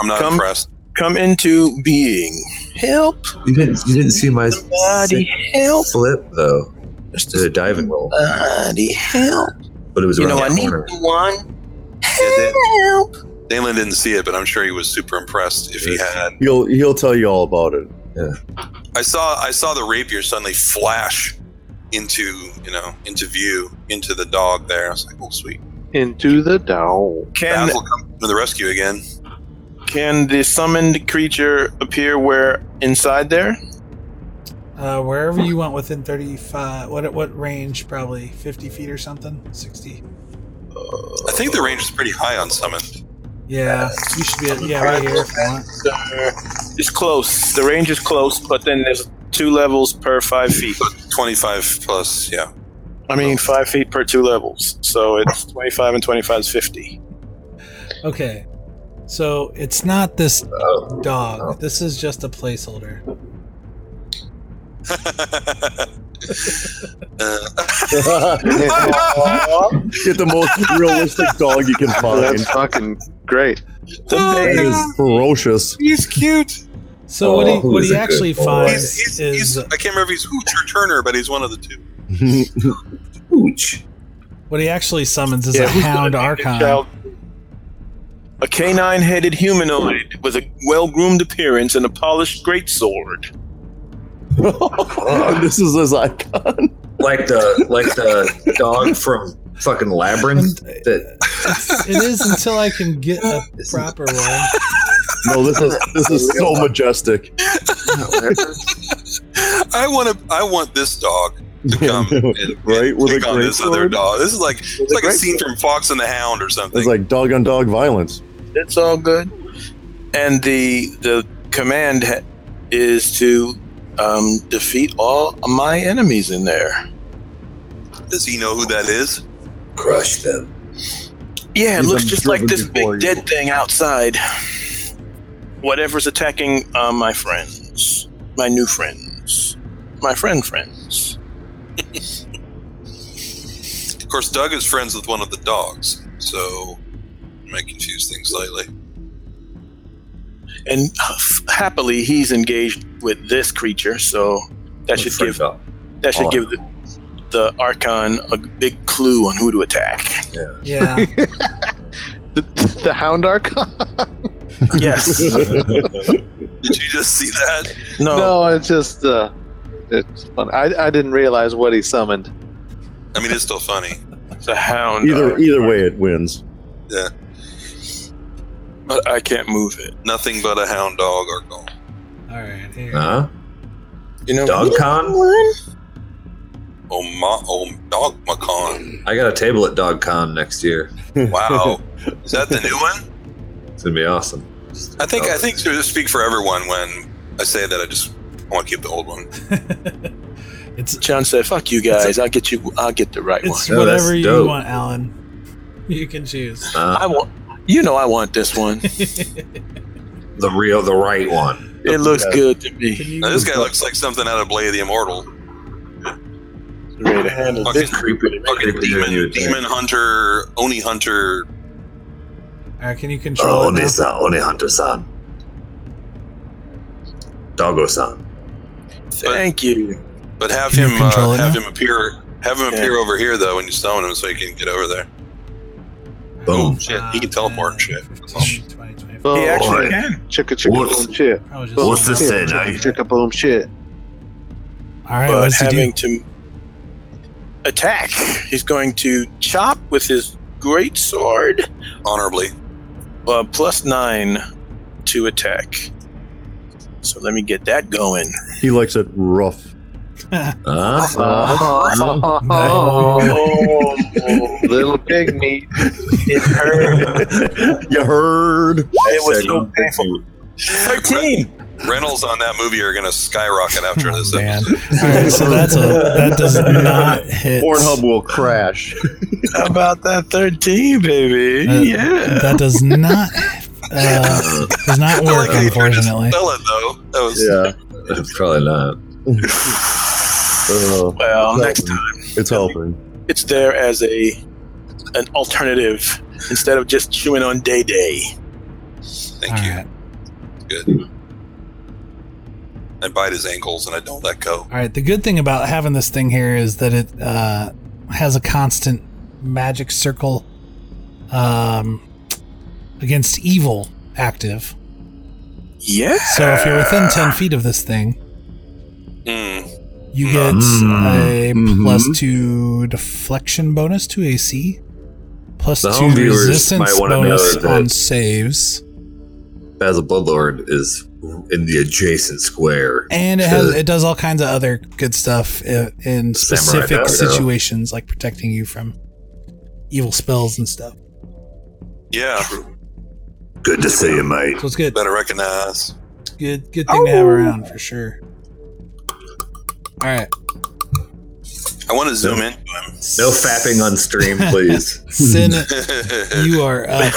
Speaker 5: I'm not
Speaker 7: Come-
Speaker 5: impressed.
Speaker 7: Come into being. Help,
Speaker 10: You didn't, you didn't see my
Speaker 7: buddy. Help,
Speaker 10: flip, though. Just did a diving roll,
Speaker 7: buddy. Help.
Speaker 10: but it was
Speaker 7: You
Speaker 10: around
Speaker 7: know, I
Speaker 10: the
Speaker 7: need
Speaker 10: corner.
Speaker 7: one.
Speaker 5: Yeah,
Speaker 7: Help.
Speaker 5: Dalen didn't see it, but I'm sure he was super impressed if he had.
Speaker 6: He'll he'll tell you all about it.
Speaker 5: I saw. I saw the rapier suddenly flash into you know into view into the dog there. I was like, oh sweet.
Speaker 3: Into the dog.
Speaker 7: Can
Speaker 5: Basil come to the rescue again.
Speaker 7: can the summoned creature appear where inside there?
Speaker 9: Uh, wherever you want within 35, what what range? Probably 50 feet or something? 60.
Speaker 5: I think the range is pretty high on summon.
Speaker 9: Yeah, you should be, at, yeah, right here if you want.
Speaker 7: Uh, It's close. The range is close, but then there's two levels per five feet.
Speaker 5: Twenty-five plus. Yeah.
Speaker 7: I mean, five feet per two levels. So it's 25 and 25 is 50.
Speaker 9: Okay, so it's not this
Speaker 10: Oh,
Speaker 9: dog.
Speaker 10: Oh.
Speaker 9: This is just a placeholder.
Speaker 5: Uh,
Speaker 6: Get the most realistic dog you can find.
Speaker 3: That's fucking great.
Speaker 7: Oh,
Speaker 6: That is ferocious.
Speaker 5: he's cute.
Speaker 9: So what
Speaker 10: Oh,
Speaker 9: he what
Speaker 10: is
Speaker 9: he
Speaker 10: it
Speaker 9: actually
Speaker 10: good?
Speaker 9: finds
Speaker 5: He's, he's,
Speaker 9: is
Speaker 5: he's, I can't remember if he's Hooch or Turner, but he's one of the two.
Speaker 10: Ooch.
Speaker 9: what he actually summons is
Speaker 7: Yeah,
Speaker 9: a
Speaker 7: who's gonna
Speaker 9: hound
Speaker 7: be the
Speaker 9: archon.
Speaker 7: child? A canine headed humanoid with a well groomed appearance and a polished greatsword.
Speaker 6: this is his icon.
Speaker 10: Like the like the dog from fucking labyrinth. That
Speaker 9: It is until I can get a
Speaker 10: This is-
Speaker 9: proper one.
Speaker 6: No, this is this is so majestic.
Speaker 5: I want to. I want this dog to come and,
Speaker 6: Right,
Speaker 5: and
Speaker 6: with a
Speaker 5: take on this other
Speaker 6: greatsword?
Speaker 5: dog. This is like it's like a scene from Fox and the Hound or something.
Speaker 6: It's like dog on dog violence.
Speaker 7: It's all good. And the the command ha- is to um, defeat all my enemies in there.
Speaker 5: Does he know who that is?
Speaker 10: crushed them.
Speaker 7: Yeah, it
Speaker 6: He's
Speaker 7: looks just like
Speaker 6: driven
Speaker 7: this
Speaker 6: before
Speaker 7: big
Speaker 6: you.
Speaker 7: dead thing outside. Whatever's attacking uh, my friends, my new friends, my friend friends.
Speaker 5: Of course, Doug is friends with one of the dogs, so I might confuse things slightly.
Speaker 7: And happily, he's engaged with this creature, so that should give
Speaker 10: up.
Speaker 7: that should
Speaker 10: All
Speaker 7: give the, the Archon a big clue on who to attack.
Speaker 10: Yeah.
Speaker 9: Yeah.
Speaker 3: the, the Hound Archon?
Speaker 7: Yes.
Speaker 5: Did you just see that?
Speaker 7: No.
Speaker 3: No, it's just uh, it's fun. I, I didn't realize what he summoned.
Speaker 5: I mean, it's still funny.
Speaker 7: It's a hound.
Speaker 6: Either either way, it wins.
Speaker 5: Yeah.
Speaker 7: But I can't move it.
Speaker 5: Nothing but a hound dog or gold.
Speaker 9: All right. Here.
Speaker 10: Huh?
Speaker 7: You know,
Speaker 10: Dog con?
Speaker 5: Oh, ma- oh dog macon.
Speaker 10: I got a table at Dog Con next year.
Speaker 5: Wow. Is that the new one?
Speaker 10: It's gonna be awesome.
Speaker 5: I think I think to speak for everyone when I say that I just want to keep the old one.
Speaker 7: John said, "Fuck you guys. I'll get you. I'll get the right
Speaker 9: It's
Speaker 7: one.
Speaker 10: No, that's
Speaker 9: whatever you
Speaker 10: dope.
Speaker 9: want, Alan. You can choose.
Speaker 10: Uh,
Speaker 7: I want. You know, I want this one.
Speaker 10: the real, the right one.
Speaker 7: It looks good to
Speaker 9: Can
Speaker 7: me.
Speaker 9: you-
Speaker 5: Now, this guy looks like something out of Blade the Immortal.
Speaker 7: Ready to handle
Speaker 5: Fucking,
Speaker 7: this.
Speaker 10: Creepy,
Speaker 5: fucking
Speaker 10: creepy when you
Speaker 5: demon,
Speaker 10: attack.
Speaker 5: demon hunter, Oni hunter.
Speaker 9: All right, can you control
Speaker 10: Oh,
Speaker 9: it now?
Speaker 10: Nisa, Oni Hunter san. Doggo san.
Speaker 7: Thank you.
Speaker 5: But have
Speaker 9: Can you
Speaker 5: him uh,
Speaker 9: control it
Speaker 5: have
Speaker 9: now?
Speaker 5: him appear have him
Speaker 7: Yeah.
Speaker 5: appear over here though when you summon him so he can get over there.
Speaker 10: Boom.
Speaker 5: Oh, Shit, he can teleport and shit.
Speaker 9: 15, 20, 25.
Speaker 3: Oh,
Speaker 7: He actually
Speaker 6: boy.
Speaker 7: can.
Speaker 3: chicka chicka
Speaker 6: What's-
Speaker 3: boom shit.
Speaker 9: Probably just-
Speaker 6: What's this say,
Speaker 3: Chicka
Speaker 6: Knight?
Speaker 3: chicka boom shit.
Speaker 9: All right,
Speaker 7: But
Speaker 9: what's he
Speaker 7: having
Speaker 9: doing?
Speaker 7: to attack, he's going to chop with his great sword.
Speaker 5: Honorably.
Speaker 7: Uh, plus nine to attack. So let me get that going.
Speaker 6: He likes it rough.
Speaker 10: Uh,
Speaker 6: Uh-huh.
Speaker 7: Oh,
Speaker 3: Little pig meat.
Speaker 7: it hurt.
Speaker 6: you heard?
Speaker 7: It was so painful. Thirteen.
Speaker 5: Rentals on that movie are gonna skyrocket after this
Speaker 9: Oh, Man.
Speaker 5: episode.
Speaker 9: All right, so that's a that does not hit.
Speaker 6: Pornhub will crash.
Speaker 7: How about that thirteen, baby?
Speaker 9: Uh,
Speaker 7: yeah.
Speaker 9: That does not uh, does not
Speaker 5: I
Speaker 9: work,
Speaker 5: like how you tried to
Speaker 9: unfortunately.
Speaker 5: spell it though. That was
Speaker 6: yeah.
Speaker 10: Probably not.
Speaker 6: Uh,
Speaker 7: Well, next
Speaker 6: helping. It's helping.
Speaker 7: it's there as a an alternative instead of just chewing on day day.
Speaker 5: thank
Speaker 9: All
Speaker 5: you.
Speaker 9: right,
Speaker 5: Good. I bite his ankles and I don't let go.
Speaker 9: all right. The good thing about having this thing here is that it uh, has a constant magic circle um, against evil active.
Speaker 7: Yeah.
Speaker 9: So if you're within ten feet of this thing,
Speaker 5: Mm.
Speaker 9: you get a
Speaker 6: Mhm.
Speaker 10: Mm-hmm.
Speaker 9: plus two deflection bonus to AC, plus
Speaker 10: The
Speaker 9: two
Speaker 10: home viewers
Speaker 9: resistance
Speaker 10: might wanna know
Speaker 9: bonus
Speaker 10: that-
Speaker 9: on saves.
Speaker 10: Basil Bloodlord is in the adjacent square.
Speaker 9: and it has
Speaker 10: to-
Speaker 9: it does all kinds of other good stuff i- in
Speaker 10: Samurai
Speaker 9: specific
Speaker 10: dagger.
Speaker 9: situations like protecting you from evil spells and stuff
Speaker 5: Yeah.
Speaker 6: Good to see you, mate.
Speaker 9: so it's good
Speaker 5: Better recognize.
Speaker 9: good good thing to have around for sure all right
Speaker 5: I want to zoom into him.
Speaker 10: no fapping on stream, please.
Speaker 9: sin you are up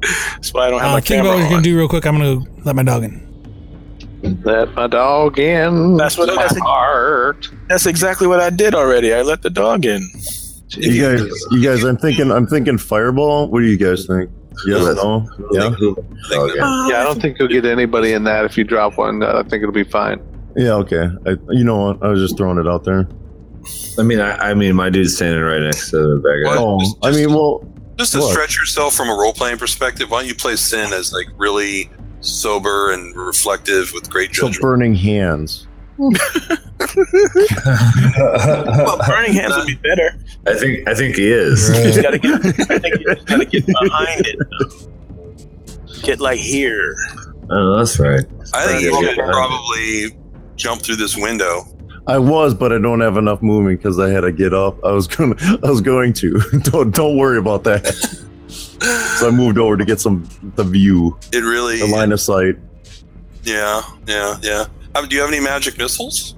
Speaker 7: That's why I don't have
Speaker 9: uh,
Speaker 7: my
Speaker 9: think about
Speaker 7: camera
Speaker 9: what you're gonna
Speaker 7: on.
Speaker 9: do real quick i'm gonna let my dog in
Speaker 3: Let my dog in.
Speaker 7: That's what-
Speaker 3: my
Speaker 7: that's a-
Speaker 3: heart.
Speaker 7: That's exactly what I did already. I let the dog in.
Speaker 6: You guys, you guys. I'm thinking. I'm thinking fireball. What do you guys think? Yes. No. Yeah.
Speaker 10: Oh, yeah.
Speaker 3: Yeah, I don't think you'll get anybody in that if you drop one. Uh, I think it'll be fine.
Speaker 6: Yeah. Okay. I, you know what? I was just throwing it out there.
Speaker 10: I mean, I, I mean, my dude's standing right next to the bad guy.
Speaker 6: Oh,
Speaker 5: Just-
Speaker 6: I mean, well,
Speaker 5: Just to
Speaker 6: Look.
Speaker 5: stretch yourself from a role playing perspective, why don't you play Sin as like really sober and reflective with great
Speaker 6: so
Speaker 5: judgment?
Speaker 6: burning hands.
Speaker 7: Well, burning hands would be better.
Speaker 10: I think, I think he is.
Speaker 7: You just gotta get, I think you just gotta get behind it. Get like here.
Speaker 10: Oh, that's right.
Speaker 5: I think you
Speaker 10: Burning
Speaker 5: should
Speaker 10: hands.
Speaker 5: probably jump through this window.
Speaker 6: I was, but I don't have enough movement because I had to get up. I was going. to I was going to. don't don't worry about that. so I moved over to get some the view,
Speaker 5: It really,
Speaker 6: the line of sight.
Speaker 5: yeah, yeah, yeah. Um, do you have any magic missiles?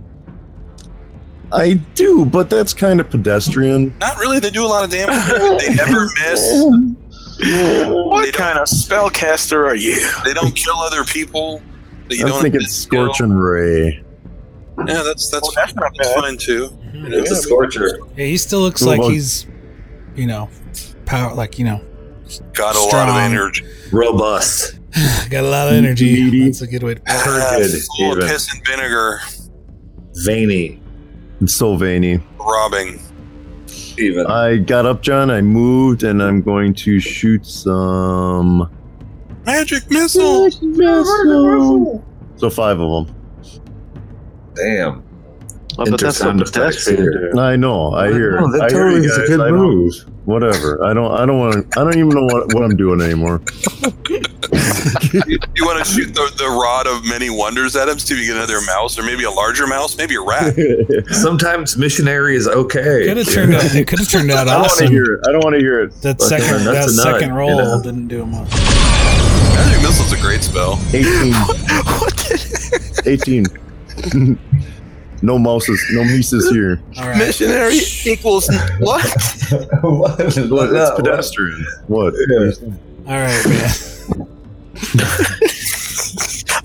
Speaker 6: I do, but that's kind of pedestrian.
Speaker 5: Not really. They do a lot of damage. they never miss.
Speaker 7: What kind of spellcaster are you?
Speaker 5: They don't kill other people. That you
Speaker 6: I
Speaker 5: don't
Speaker 6: think it's
Speaker 5: miss kill.
Speaker 6: scorching ray.
Speaker 5: Yeah, that's that's,
Speaker 7: Well, that's not
Speaker 5: that's
Speaker 7: bad.
Speaker 5: fine too.
Speaker 10: It's a scorcher.
Speaker 9: yeah he still looks
Speaker 6: Well,
Speaker 9: like
Speaker 6: well-
Speaker 9: he's you know power like you know
Speaker 5: Got a lot of
Speaker 9: Strong.
Speaker 5: energy.
Speaker 10: Robust.
Speaker 9: got a lot of energy
Speaker 6: Meaty.
Speaker 9: that's a good way to put it
Speaker 5: Ah,
Speaker 10: Turgid,
Speaker 5: full of
Speaker 10: even.
Speaker 5: piss and vinegar.
Speaker 10: Veiny.
Speaker 6: I'm so veiny.
Speaker 5: Robbing.
Speaker 10: Even.
Speaker 6: I got up, John. I moved, and I'm going to shoot some.
Speaker 5: Magic missile.
Speaker 6: So five of them.
Speaker 10: Damn.
Speaker 3: Oh, but that's
Speaker 10: Intersound
Speaker 3: something
Speaker 10: effects
Speaker 3: desperate
Speaker 10: here.
Speaker 3: to do.
Speaker 6: I know. I hear.
Speaker 10: No, that
Speaker 6: I hear
Speaker 10: totally
Speaker 6: you
Speaker 10: is a
Speaker 6: guys,
Speaker 10: good
Speaker 6: I don't-
Speaker 10: move.
Speaker 6: Whatever. I don't. I don't want. to I don't even know what, what I'm doing anymore.
Speaker 5: you you want to shoot the, the rod of many wonders at him, see if you get another mouse, or maybe a larger mouse, maybe a rat.
Speaker 10: Sometimes missionary is okay.
Speaker 9: Could have turned out. It could have turned out
Speaker 6: I don't want to
Speaker 9: awesome.
Speaker 6: hear it. I don't want to hear it.
Speaker 9: That
Speaker 6: But
Speaker 9: second, that
Speaker 10: that's a nut,
Speaker 9: second
Speaker 10: you
Speaker 9: roll
Speaker 10: know?
Speaker 9: didn't do much.
Speaker 5: Magic missile's a great spell.
Speaker 6: 18.
Speaker 7: What the
Speaker 6: 18. no mouses. No mises here.
Speaker 9: All right.
Speaker 7: missionary equals what?
Speaker 10: What is
Speaker 6: Look,
Speaker 10: that?
Speaker 6: it's pedestrian. What?
Speaker 10: Yeah.
Speaker 9: All right,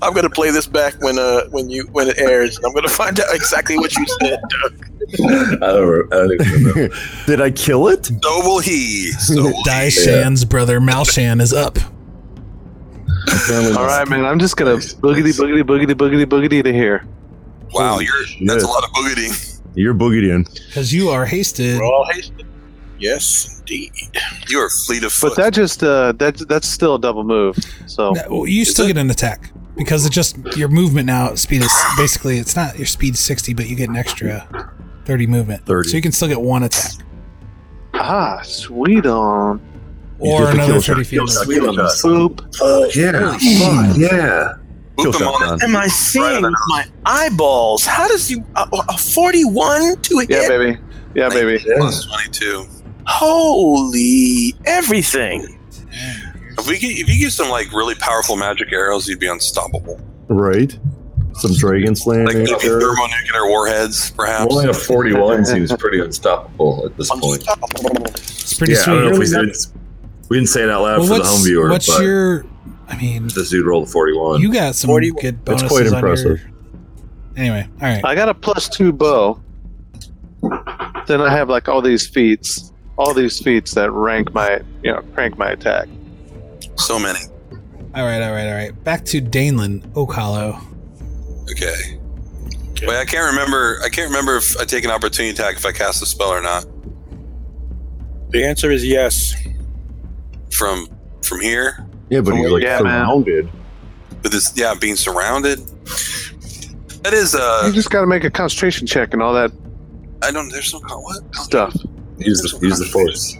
Speaker 9: man.
Speaker 7: I'm gonna play this back when uh when you when it airs, and I'm gonna find out exactly what you said. Doug.
Speaker 10: I don't, re- I don't even know.
Speaker 6: Did I kill it?
Speaker 5: So will he. So will he.
Speaker 9: Die Shan's brother Malshan is up.
Speaker 6: Apparently-
Speaker 3: All right, man. I'm just gonna boogity boogity boogity boogity boogity to here.
Speaker 5: Wow, you're that's a
Speaker 6: shit.
Speaker 5: lot of boogity.
Speaker 6: You're boogied
Speaker 9: Because you are hasted.
Speaker 7: We're all hasted. Yes, indeed.
Speaker 5: You are fleet of foot.
Speaker 3: But that just uh, that that's still a double move. So
Speaker 9: No,
Speaker 6: Oh.
Speaker 9: well, you still get an attack because it just your movement now speed is basically it's not your speed 60, but you get an extra 30 movement.
Speaker 6: 30.
Speaker 9: So you can still get one attack
Speaker 3: ah, sweet on.
Speaker 6: You
Speaker 9: or
Speaker 6: get the
Speaker 9: another
Speaker 6: kill shot.
Speaker 9: 30 feet.
Speaker 6: Kill shot.
Speaker 9: movement.
Speaker 10: Sweet on us.
Speaker 3: Boop.
Speaker 10: Fuck Uh, yeah. Fuck yeah.
Speaker 5: Boop
Speaker 6: Kill
Speaker 5: him
Speaker 6: shot,
Speaker 5: on
Speaker 6: John.
Speaker 5: it.
Speaker 7: Am I seeing my eyeballs? How does you a a 41 to a
Speaker 3: Yeah,
Speaker 7: hit?
Speaker 3: baby. Yeah, baby.
Speaker 5: Plus twenty two.
Speaker 7: Holy everything!
Speaker 5: If we get, if you get some like really powerful magic arrows, you'd be unstoppable.
Speaker 6: Right? Some dragon slaying.
Speaker 5: Like maybe
Speaker 6: arrow.
Speaker 5: thermonuclear warheads, perhaps.
Speaker 10: Rolling a 41 seems pretty unstoppable at this point.
Speaker 7: Unstoppable.
Speaker 9: It's pretty
Speaker 10: yeah,
Speaker 9: sweet.
Speaker 10: I don't know if we
Speaker 9: Well,
Speaker 10: did. We didn't say it out loud for the
Speaker 9: what's
Speaker 10: home viewer,
Speaker 9: what's
Speaker 10: but
Speaker 9: your? I mean,
Speaker 10: this dude rolled a 41.
Speaker 9: you got some
Speaker 7: 41.
Speaker 9: good
Speaker 6: That's
Speaker 9: bonuses.
Speaker 6: quite
Speaker 9: on your-
Speaker 6: impressive.
Speaker 9: Anyway, all right.
Speaker 3: I got a plus two bow. Then I have like all these feats, all these feats that rank my, you know, crank my attack.
Speaker 5: So many.
Speaker 9: All right, all right, all right. Back to Danelin Okalo.
Speaker 5: Okay. Wait, I can't remember. I can't remember if I take an opportunity attack if I cast a spell or not.
Speaker 7: The answer is yes.
Speaker 5: From from here
Speaker 6: Yeah, but he's like
Speaker 3: Yeah, man.
Speaker 6: surrounded.
Speaker 5: with this, yeah, being surrounded. That is
Speaker 3: You
Speaker 5: uh,
Speaker 3: just got to make a concentration check and all that
Speaker 5: I don't. There's no con- what? I
Speaker 3: stuff.
Speaker 10: Use the, use the force.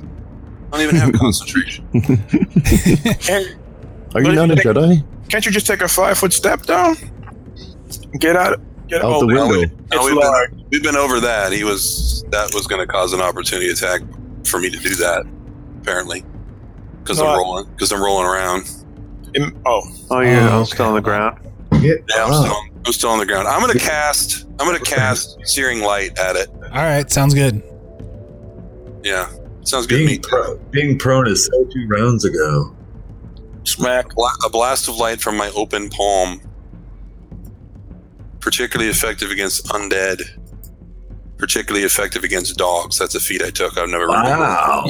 Speaker 5: don't even have concentration.
Speaker 7: Can't,
Speaker 6: Are you
Speaker 7: But
Speaker 6: not a
Speaker 7: if you
Speaker 6: Jedi?
Speaker 7: can't you just take a five foot step down? Get out. Get
Speaker 6: Out the
Speaker 5: no,
Speaker 6: window.
Speaker 5: No,
Speaker 7: It's
Speaker 5: we've,
Speaker 7: large.
Speaker 5: been, we've been over that. He was that was going to cause an opportunity attack for me to do that. Apparently, because
Speaker 7: No, I-
Speaker 5: I'm rolling. Because I'm rolling around.
Speaker 7: Im- oh,
Speaker 3: Oh, you're
Speaker 9: Oh,
Speaker 3: I'm still on the ground.
Speaker 5: Yeah,
Speaker 10: Oh,
Speaker 5: I'm, still on, I'm still on the ground. I'm gonna cast. I'm gonna cast searing light at it.
Speaker 9: All right, sounds good.
Speaker 5: Yeah, sounds good to me.
Speaker 10: Being, pro- being prone is so two rounds ago.
Speaker 7: smack.
Speaker 5: Bla- a blast of light from my open palm, particularly effective against undead, particularly effective against dogs. That's a feat I took. I've never
Speaker 10: Wow.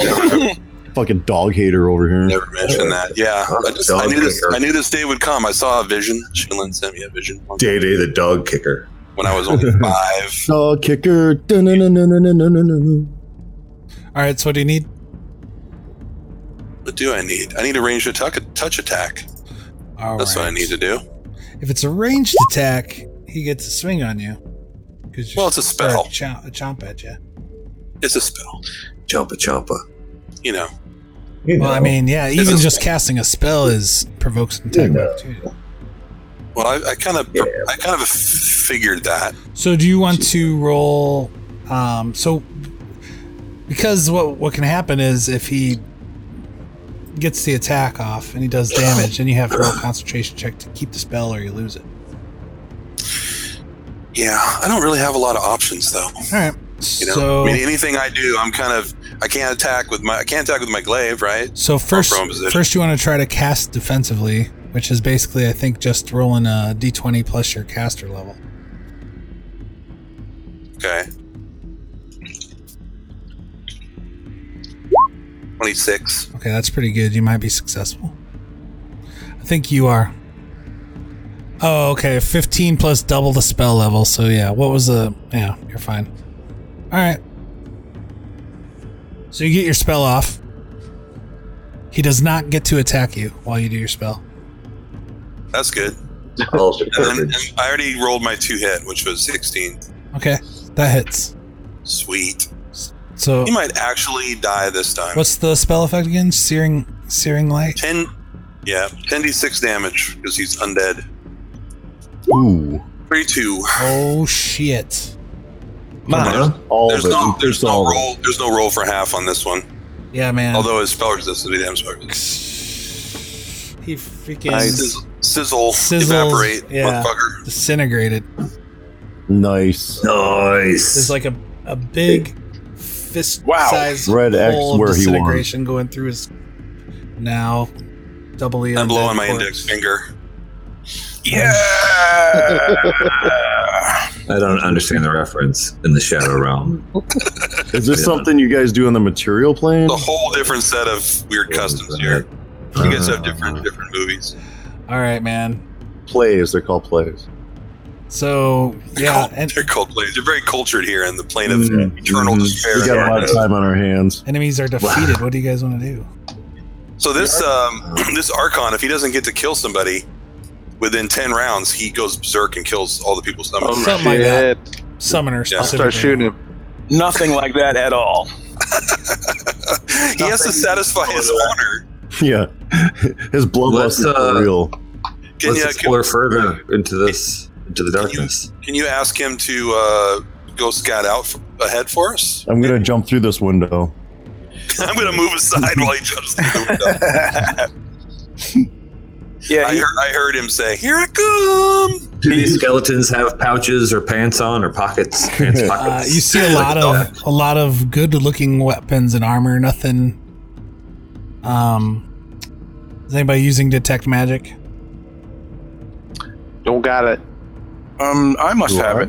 Speaker 6: Fucking dog hater over here.
Speaker 5: never mentioned that. Yeah, I, just, I knew this. I knew this day would come. I saw a vision. Shinlin sent me a vision once
Speaker 10: Day Day the dog kicker.
Speaker 5: when I was only five.
Speaker 6: Dog kicker. Dun-dun-dun-dun-dun-dun-dun-dun.
Speaker 9: All right, so what do you need?
Speaker 5: What do I need? I need a ranged attack, touch attack.
Speaker 9: All
Speaker 5: That's what I
Speaker 9: right.
Speaker 5: need to do.
Speaker 9: If it's a ranged attack, he gets a swing on you. 'Cause you
Speaker 5: Well, it's a
Speaker 9: start
Speaker 5: spell.
Speaker 9: Chomp, a chomp at you.
Speaker 5: It's a spell.
Speaker 10: Chompa chompa.
Speaker 5: You know.
Speaker 10: You
Speaker 9: Well, I
Speaker 10: know.
Speaker 9: mean, yeah,
Speaker 5: a
Speaker 9: even just
Speaker 5: spell.
Speaker 9: casting a spell is provokes an attack of opportunity.
Speaker 5: Well, I kind of,
Speaker 10: Yeah.
Speaker 5: I kind of f- figured that.
Speaker 9: So, do you want to roll? Um, so, because what what can happen is if he gets the attack off and he does damage, then you have to roll a concentration check to keep the spell or you lose it.
Speaker 5: Yeah, I don't really have a lot of options though.
Speaker 9: All right.
Speaker 5: You know,
Speaker 9: So,
Speaker 5: I mean, anything I do, I'm kind of, I can't attack with my, I can't attack with my glaive, right?
Speaker 9: So first,
Speaker 5: prone position.
Speaker 9: first you want to try to cast defensively, which is basically I think just rolling a d20 plus your caster level.
Speaker 5: Okay. Twenty-six.
Speaker 9: Okay, that's pretty good. You might be successful. I think you are. Oh, okay. 15 plus double the spell level. So yeah, what was the? Yeah, you're fine. All right. So you get your spell off. He does not get to attack you while you do your spell.
Speaker 5: That's good.
Speaker 10: Oh,
Speaker 5: And then and I already rolled my two hit, which was 16.
Speaker 9: Okay, that hits.
Speaker 5: Sweet.
Speaker 9: So
Speaker 5: He might actually die this time.
Speaker 9: what's the spell effect again? Searing, searing light.
Speaker 5: 10. Yeah, 10d6 damage because he's undead.
Speaker 6: Ooh.
Speaker 5: 3 2.
Speaker 9: Oh shit!
Speaker 10: man.
Speaker 6: All
Speaker 5: There's
Speaker 6: of it.
Speaker 5: no, there's no
Speaker 6: all of it.
Speaker 5: roll. There's no roll for half on this one.
Speaker 9: Yeah, man.
Speaker 5: Although his spell resistance would be damn smart.
Speaker 9: he freaking
Speaker 5: Sizzle, sizzle,
Speaker 9: Sizzles,
Speaker 5: evaporate,
Speaker 9: yeah.
Speaker 5: motherfucker.
Speaker 9: disintegrated.
Speaker 6: Nice.
Speaker 9: There's
Speaker 10: Nice.
Speaker 9: like a a big fist
Speaker 7: Wow.
Speaker 9: size
Speaker 6: Red X
Speaker 9: hole of
Speaker 6: where he wants.
Speaker 9: disintegration going through his now doubly.
Speaker 5: I'm
Speaker 9: undead
Speaker 5: blowing my
Speaker 9: corpse.
Speaker 5: index finger.
Speaker 7: Yeah.
Speaker 10: I don't understand the reference in the Shadow Realm.
Speaker 6: Is this
Speaker 10: Yeah.
Speaker 6: something you guys do on the material plane?
Speaker 5: It's a whole different set of weird
Speaker 10: Uh,
Speaker 5: customs here. You guys
Speaker 6: Uh,
Speaker 5: have different different movies.
Speaker 9: All right, man.
Speaker 6: Plays. They're called plays.
Speaker 9: So yeah,
Speaker 5: Cult-
Speaker 9: and
Speaker 5: they're called plays. They're very cultured here in the plane of
Speaker 6: Mm,
Speaker 5: eternal
Speaker 6: mhm.
Speaker 5: despair.
Speaker 6: We got a lot of time on our hands.
Speaker 9: enemies are defeated. What do you guys want to do?
Speaker 5: So this um, this archon, if he doesn't get to kill somebody within ten rounds, he goes berserk and kills all the people.
Speaker 3: Oh,
Speaker 5: summoned.
Speaker 9: Something like
Speaker 3: shit.
Speaker 9: Summoner
Speaker 5: Yeah.
Speaker 9: specifically.
Speaker 3: Start shooting him.
Speaker 7: Nothing like that at all.
Speaker 5: he has to satisfy his honor.
Speaker 6: Yeah. His bloodlust
Speaker 10: Let's,
Speaker 6: is
Speaker 10: uh,
Speaker 6: for real.
Speaker 5: Can
Speaker 10: Let's
Speaker 5: you,
Speaker 10: explore further into this, into the
Speaker 5: Can you-
Speaker 10: darkness.
Speaker 5: can you ask him to uh, go scout out f- ahead for us?
Speaker 6: I'm going to jump through this window.
Speaker 5: I'm gonna move aside while he jumps through the window.
Speaker 7: Yeah,
Speaker 5: I
Speaker 7: he,
Speaker 5: heard, I heard him say, "Here I come."
Speaker 10: Do these skeletons have pouches or pants on or pockets? Pants,
Speaker 9: Uh,
Speaker 10: pockets.
Speaker 9: you see a lot of a lot of good-looking weapons and armor. Nothing. Um, is anybody using detect magic?
Speaker 3: Don't got it.
Speaker 7: um, I must
Speaker 6: Do
Speaker 7: have
Speaker 6: I?
Speaker 7: it.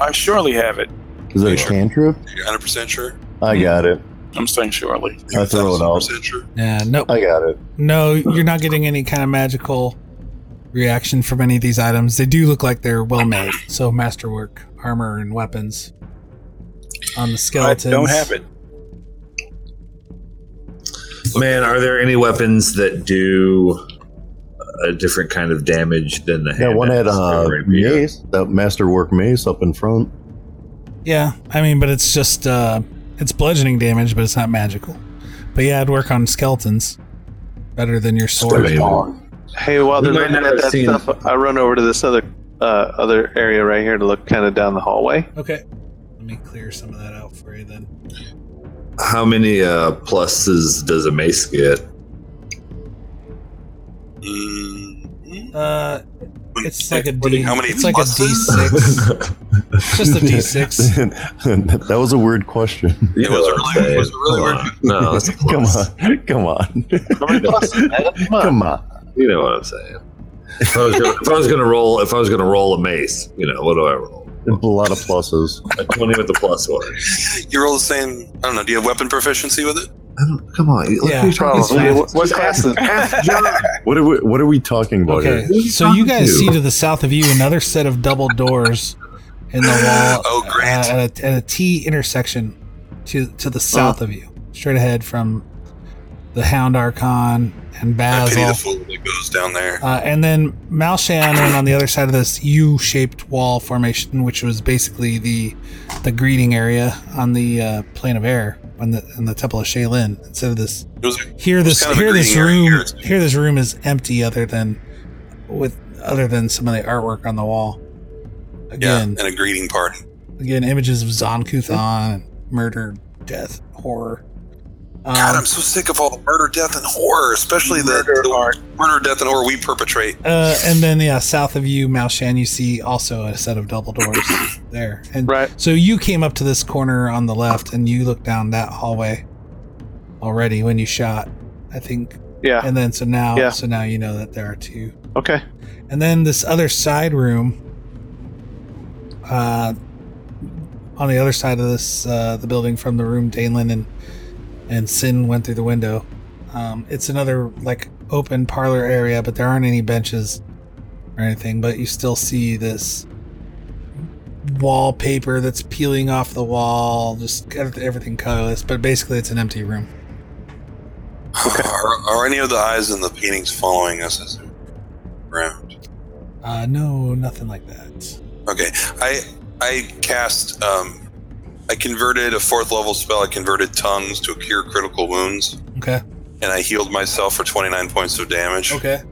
Speaker 7: I surely have it.
Speaker 6: Is it a
Speaker 5: Sure.
Speaker 6: cantrip?
Speaker 5: You're 100 percent sure.
Speaker 6: I got it.
Speaker 7: I'm saying surely.
Speaker 6: I throw it out.
Speaker 5: 100% sure.
Speaker 9: Yeah, nope.
Speaker 6: I got it.
Speaker 9: No, you're not getting any kind of magical reaction from any of these items. They do look like they're well made, so masterwork armor and weapons on the skeletons.
Speaker 7: I don't have it.
Speaker 10: Man, are there any weapons that do a different kind of damage than the
Speaker 6: Yeah,
Speaker 10: hand
Speaker 6: one had a
Speaker 10: axe
Speaker 6: uh,
Speaker 10: rapier?
Speaker 6: mace, that masterwork mace up in front.
Speaker 9: Yeah, I mean, but it's just uh, it's bludgeoning damage, but it's not magical. But yeah, I'd work on skeletons better than your sword.
Speaker 10: Still
Speaker 3: Hey, while they're
Speaker 10: We might
Speaker 3: looking
Speaker 10: not
Speaker 3: at
Speaker 10: have
Speaker 3: that
Speaker 10: seen-
Speaker 3: stuff, I run over to this other uh, other area right here to look kind of down the hallway.
Speaker 9: Okay. Let me clear some of that out for you then.
Speaker 10: How many uh, pluses does a mace get?
Speaker 5: Mm.
Speaker 9: Uh, it's like a
Speaker 5: What do
Speaker 9: D.
Speaker 5: you- How many
Speaker 9: it's like a D
Speaker 5: pluses?
Speaker 9: six. It's just a D six.
Speaker 6: that was a weird question.
Speaker 10: You
Speaker 5: It
Speaker 10: know
Speaker 5: was a
Speaker 10: what I'm
Speaker 5: really- it
Speaker 10: saying.
Speaker 5: was a really
Speaker 10: Come
Speaker 5: weird-
Speaker 10: on. No, Oh, that's a
Speaker 6: Come
Speaker 10: plus.
Speaker 6: on. Come on.
Speaker 3: Come on.
Speaker 6: Come on.
Speaker 10: You know what I'm saying. If I was gonna, if I was gonna roll, if I was gonna roll a mace, you know what do I roll?
Speaker 6: A lot of pluses.
Speaker 10: A twenty with the plus one.
Speaker 5: You roll the same. I don't know. Do you have weapon proficiency with it?
Speaker 10: I don't, come on, let
Speaker 9: Yeah.
Speaker 10: me try this
Speaker 3: Probably.
Speaker 10: math.
Speaker 3: What, what class is
Speaker 6: What are we, what are we talking about
Speaker 9: Okay,
Speaker 6: here?
Speaker 9: so you guys
Speaker 6: to?
Speaker 9: see to the south of you another set of double doors in the wall.
Speaker 5: Oh, great.
Speaker 9: uh, at, a, at a T intersection to to the south of you, straight ahead from the Hound Archon and
Speaker 5: I pity the
Speaker 9: Basil.
Speaker 5: fool that goes down there.
Speaker 9: Uh, and then Malshan went on the other side of this U-shaped wall formation, which was basically the the greeting area on the uh, plane of air on the on the Temple of Shaylin. Instead of this
Speaker 5: It was a
Speaker 9: here this
Speaker 5: kind of a
Speaker 9: here this
Speaker 5: greeting area
Speaker 9: room
Speaker 5: here.
Speaker 9: here, this room is empty other than with other than some of the artwork on the wall.
Speaker 5: yeah,
Speaker 9: Again,
Speaker 5: and a greeting party.
Speaker 9: again images of Zonkuthan, murder, death, horror. Um,
Speaker 5: God, I'm so sick of all the murder, death, and horror, especially the murder, the murder death, and horror we perpetrate.
Speaker 9: uh, and then yeah, south of you, Maoshan, you see also a set of double doors there. And
Speaker 3: Right.
Speaker 9: so you came up to this corner on the left, and you looked down that hallway already when you shot, I think.
Speaker 3: Yeah.
Speaker 9: And then so now,
Speaker 3: Yeah.
Speaker 9: so now you know that there are two.
Speaker 3: Okay.
Speaker 9: And then this other side room, uh, on the other side of this, uh, the building from the room Danelin and and Sin went through the window. Um, it's another like open parlor area, but there aren't any benches or anything. But you still see this wallpaper that's peeling off the wall, just everything colorless, but basically it's an empty room.
Speaker 5: Are, are any of the eyes in the paintings following us as we around?
Speaker 9: Uh, no, nothing like that.
Speaker 5: Okay, I I cast um, I converted a fourth level spell. I converted tongues to cure critical wounds,
Speaker 9: Okay.
Speaker 5: and I healed myself for twenty nine points of damage.
Speaker 9: Okay.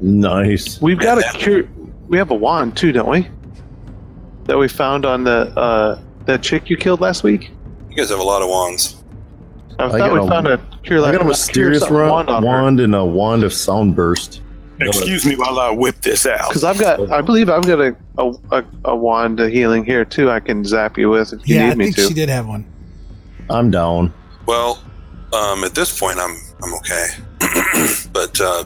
Speaker 6: Nice.
Speaker 3: We've got a cure. We have a wand too, don't we? That we found on the uh, that chick you killed last week.
Speaker 5: You guys have a lot of wands.
Speaker 3: I
Speaker 6: I
Speaker 3: thought we
Speaker 6: got a-
Speaker 3: found a cure.
Speaker 6: I
Speaker 3: like-
Speaker 6: got a mysterious
Speaker 3: cure wand
Speaker 6: wand,
Speaker 3: on her.
Speaker 6: wand and a wand of sound burst.
Speaker 7: Excuse me while I whip this out.
Speaker 3: Because I've got, I believe I've got a, a, a, a wand of healing here too. I can zap you with if you
Speaker 9: yeah,
Speaker 3: need
Speaker 9: I
Speaker 3: me
Speaker 9: think
Speaker 3: to.
Speaker 9: she did have one.
Speaker 6: I'm down.
Speaker 5: Well, um, at this point, I'm I'm okay, but uh,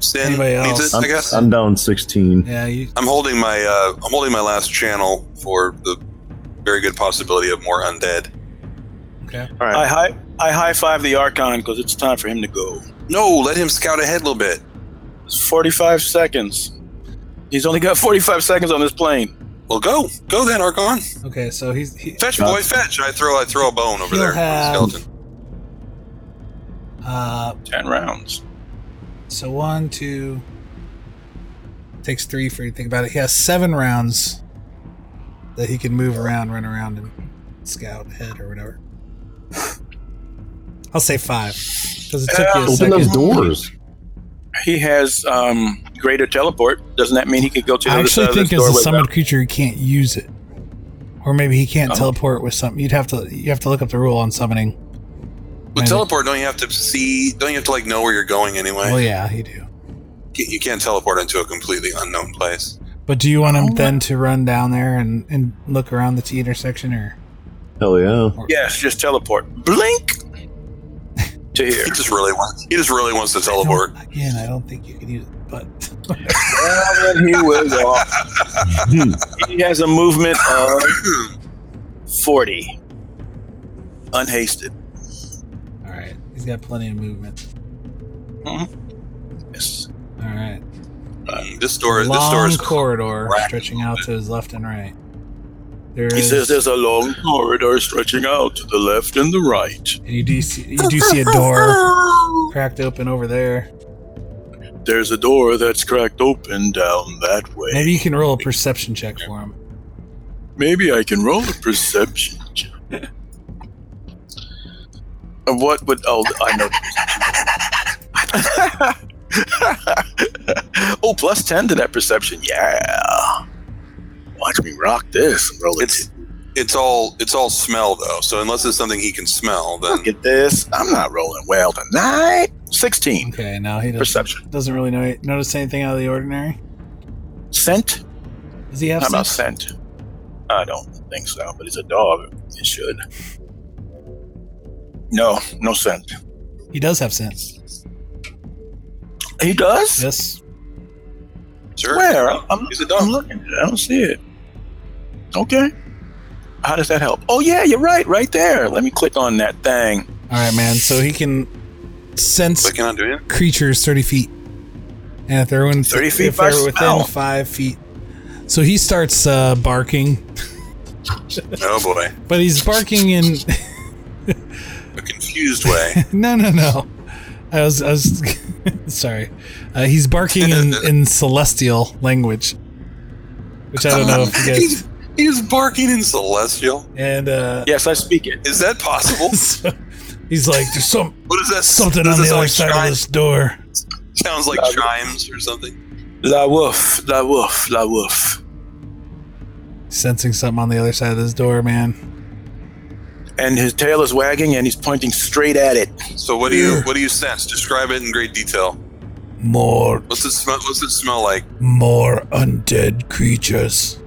Speaker 5: Sin
Speaker 9: Anybody
Speaker 5: needs
Speaker 9: else?
Speaker 5: it,
Speaker 6: I'm,
Speaker 5: I guess.
Speaker 6: I'm down 16.
Speaker 9: Yeah, you.
Speaker 5: I'm holding my uh, I'm holding my last channel for the very good possibility of more undead.
Speaker 9: Okay.
Speaker 3: All right.
Speaker 7: I high I high five the Archon because it's time for him to go.
Speaker 5: No, let him scout ahead a little bit.
Speaker 7: It's 45 seconds. He's only got 45 seconds on this plane.
Speaker 5: Well, go, go then, Archon.
Speaker 9: Okay, so he's he,
Speaker 5: Fetch,
Speaker 6: Uh,
Speaker 5: boy, fetch. I throw, I throw a bone over
Speaker 9: He'll
Speaker 5: there.
Speaker 9: have-
Speaker 5: on the skeleton.
Speaker 9: uh,
Speaker 7: 10 rounds.
Speaker 9: so one, two, takes three for you. to Think about it. He has seven rounds that he can move around, run around, and scout head or whatever. I'll say five because it took you a
Speaker 6: Open
Speaker 9: second.
Speaker 6: those doors.
Speaker 7: He has um, greater teleport. Doesn't that mean he could go to uh, the
Speaker 9: I
Speaker 7: other
Speaker 9: actually
Speaker 7: side of
Speaker 9: think
Speaker 7: the
Speaker 9: as a
Speaker 7: door
Speaker 9: summoned creature, he can't use it, or maybe he can't
Speaker 7: Oh.
Speaker 9: teleport with something. You'd have to you have to look up the rule on summoning.
Speaker 5: With
Speaker 9: Maybe.
Speaker 5: teleport, don't you have to see? Don't you have to like know where you're going anyway?
Speaker 9: Well, Oh, yeah, you do.
Speaker 5: You- You can't teleport into a completely unknown place.
Speaker 9: But do you want him then to run down there and, and look around the T intersection, or
Speaker 6: Hell yeah.
Speaker 7: Yes, just teleport. Blink to here.
Speaker 5: He just really wants. He just really wants to teleport.
Speaker 9: I don't- again, I don't think you can use it. But
Speaker 7: Well, then he was off. he has a movement of 40. Unhasted.
Speaker 9: all right, he's got plenty of movement.
Speaker 7: Yes.
Speaker 9: All right,
Speaker 5: Um, this door.
Speaker 9: long
Speaker 5: This door is
Speaker 9: corridor
Speaker 5: cracked.
Speaker 9: stretching out to his left and right. There
Speaker 7: He
Speaker 9: is,
Speaker 7: says there's a long corridor stretching out to the left and the right.
Speaker 9: and you do see you do see a door cracked open over there.
Speaker 7: There's a door that's cracked open down that way.
Speaker 9: Maybe you can roll a perception check for him.
Speaker 7: Maybe I can roll a perception check. Uh, what would oh I know. oh, plus ten to that perception. Yeah. Watch me rock this and roll it.
Speaker 5: It's it's all it's all smell though. So unless it's something he can smell, then
Speaker 7: Look at this. I'm not rolling well tonight. Sixteen
Speaker 9: Okay, now he doesn't,
Speaker 7: perception.
Speaker 9: doesn't really know, notice anything out of the ordinary.
Speaker 7: Scent?
Speaker 9: Does he have
Speaker 7: How about
Speaker 9: sense?
Speaker 7: scent? I don't think so, but it's a dog. It should. No, no scent.
Speaker 9: He does have sense.
Speaker 7: He does?
Speaker 9: Yes.
Speaker 5: sure.
Speaker 7: Where? I'm,
Speaker 5: He's a
Speaker 7: I'm
Speaker 5: dog.
Speaker 7: looking. I don't see it. Okay. How does that help? Oh yeah, you're right. Right there. Let me click on that thing.
Speaker 9: All right, man. So he can sense
Speaker 5: Clicking on doing it.
Speaker 9: creatures thirty feet, and if they're within
Speaker 7: 30 feet
Speaker 9: if
Speaker 7: by
Speaker 9: they're within
Speaker 7: smell.
Speaker 9: five feet, so he starts uh, barking,
Speaker 5: Oh boy,
Speaker 9: but he's barking in
Speaker 5: a confused way.
Speaker 9: no, no, no. I was, I was sorry. Uh, he's barking in, in celestial language, which I don't know if you guys.
Speaker 5: he's, he's barking in celestial.
Speaker 9: And uh,
Speaker 7: Yes, I speak it.
Speaker 5: Is that possible?
Speaker 9: so he's like, "There's some
Speaker 5: What is that?
Speaker 9: something
Speaker 5: does that
Speaker 9: on the
Speaker 5: sound
Speaker 9: other
Speaker 5: like
Speaker 9: side of
Speaker 5: chimes?
Speaker 9: this door."
Speaker 5: Sounds like chimes or something.
Speaker 7: La woof, la woof, la woof.
Speaker 9: Sensing something on the other side of this door, man.
Speaker 7: And his tail is wagging, and he's pointing straight at it.
Speaker 5: So what do you what do you sense? Describe it in great detail.
Speaker 9: More,
Speaker 5: What's it smell? What's it smell like?
Speaker 9: more undead creatures.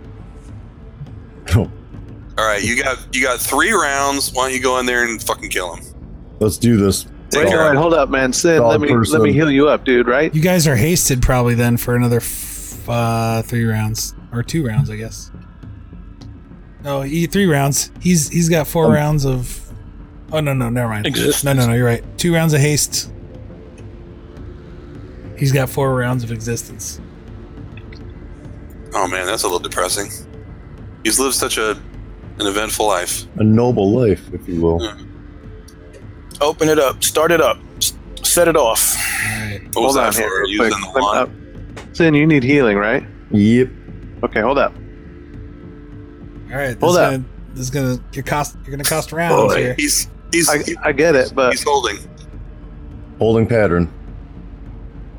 Speaker 5: All right, you got you got three rounds. Why don't you go in there and fucking kill him?
Speaker 6: Let's do this.
Speaker 5: Take
Speaker 3: Wait,
Speaker 5: care
Speaker 3: all
Speaker 5: of
Speaker 3: right,
Speaker 5: him.
Speaker 3: hold up, man. Sid,
Speaker 6: Dog
Speaker 3: let me
Speaker 6: person.
Speaker 3: let me heal you up, dude. Right?
Speaker 9: You guys are hasted probably then for another f- uh, three rounds or two rounds, I guess. No, he, three rounds. He's he's got four rounds of. Oh no no never mind.
Speaker 7: Existence.
Speaker 9: No no no you're right. Two rounds of haste. He's got four rounds of existence.
Speaker 5: Oh man, that's a little depressing. He's lived such a an eventful life.
Speaker 6: A noble life, if you will.
Speaker 7: Open it up. Start it up. S- Set it off.
Speaker 5: What was
Speaker 3: Hold on
Speaker 5: that
Speaker 3: here,
Speaker 5: for?
Speaker 3: real
Speaker 5: Using
Speaker 3: quick.
Speaker 5: the wand?
Speaker 3: Sin, you need healing, right?
Speaker 6: Yep.
Speaker 3: Okay, hold up.
Speaker 9: All right, this
Speaker 3: Hold
Speaker 9: is
Speaker 3: up.
Speaker 9: gonna, this is gonna you're cost you're gonna cost rounds
Speaker 3: Boy.
Speaker 9: here.
Speaker 5: He's he's
Speaker 3: I, I get it, but
Speaker 5: he's holding.
Speaker 6: Holding pattern.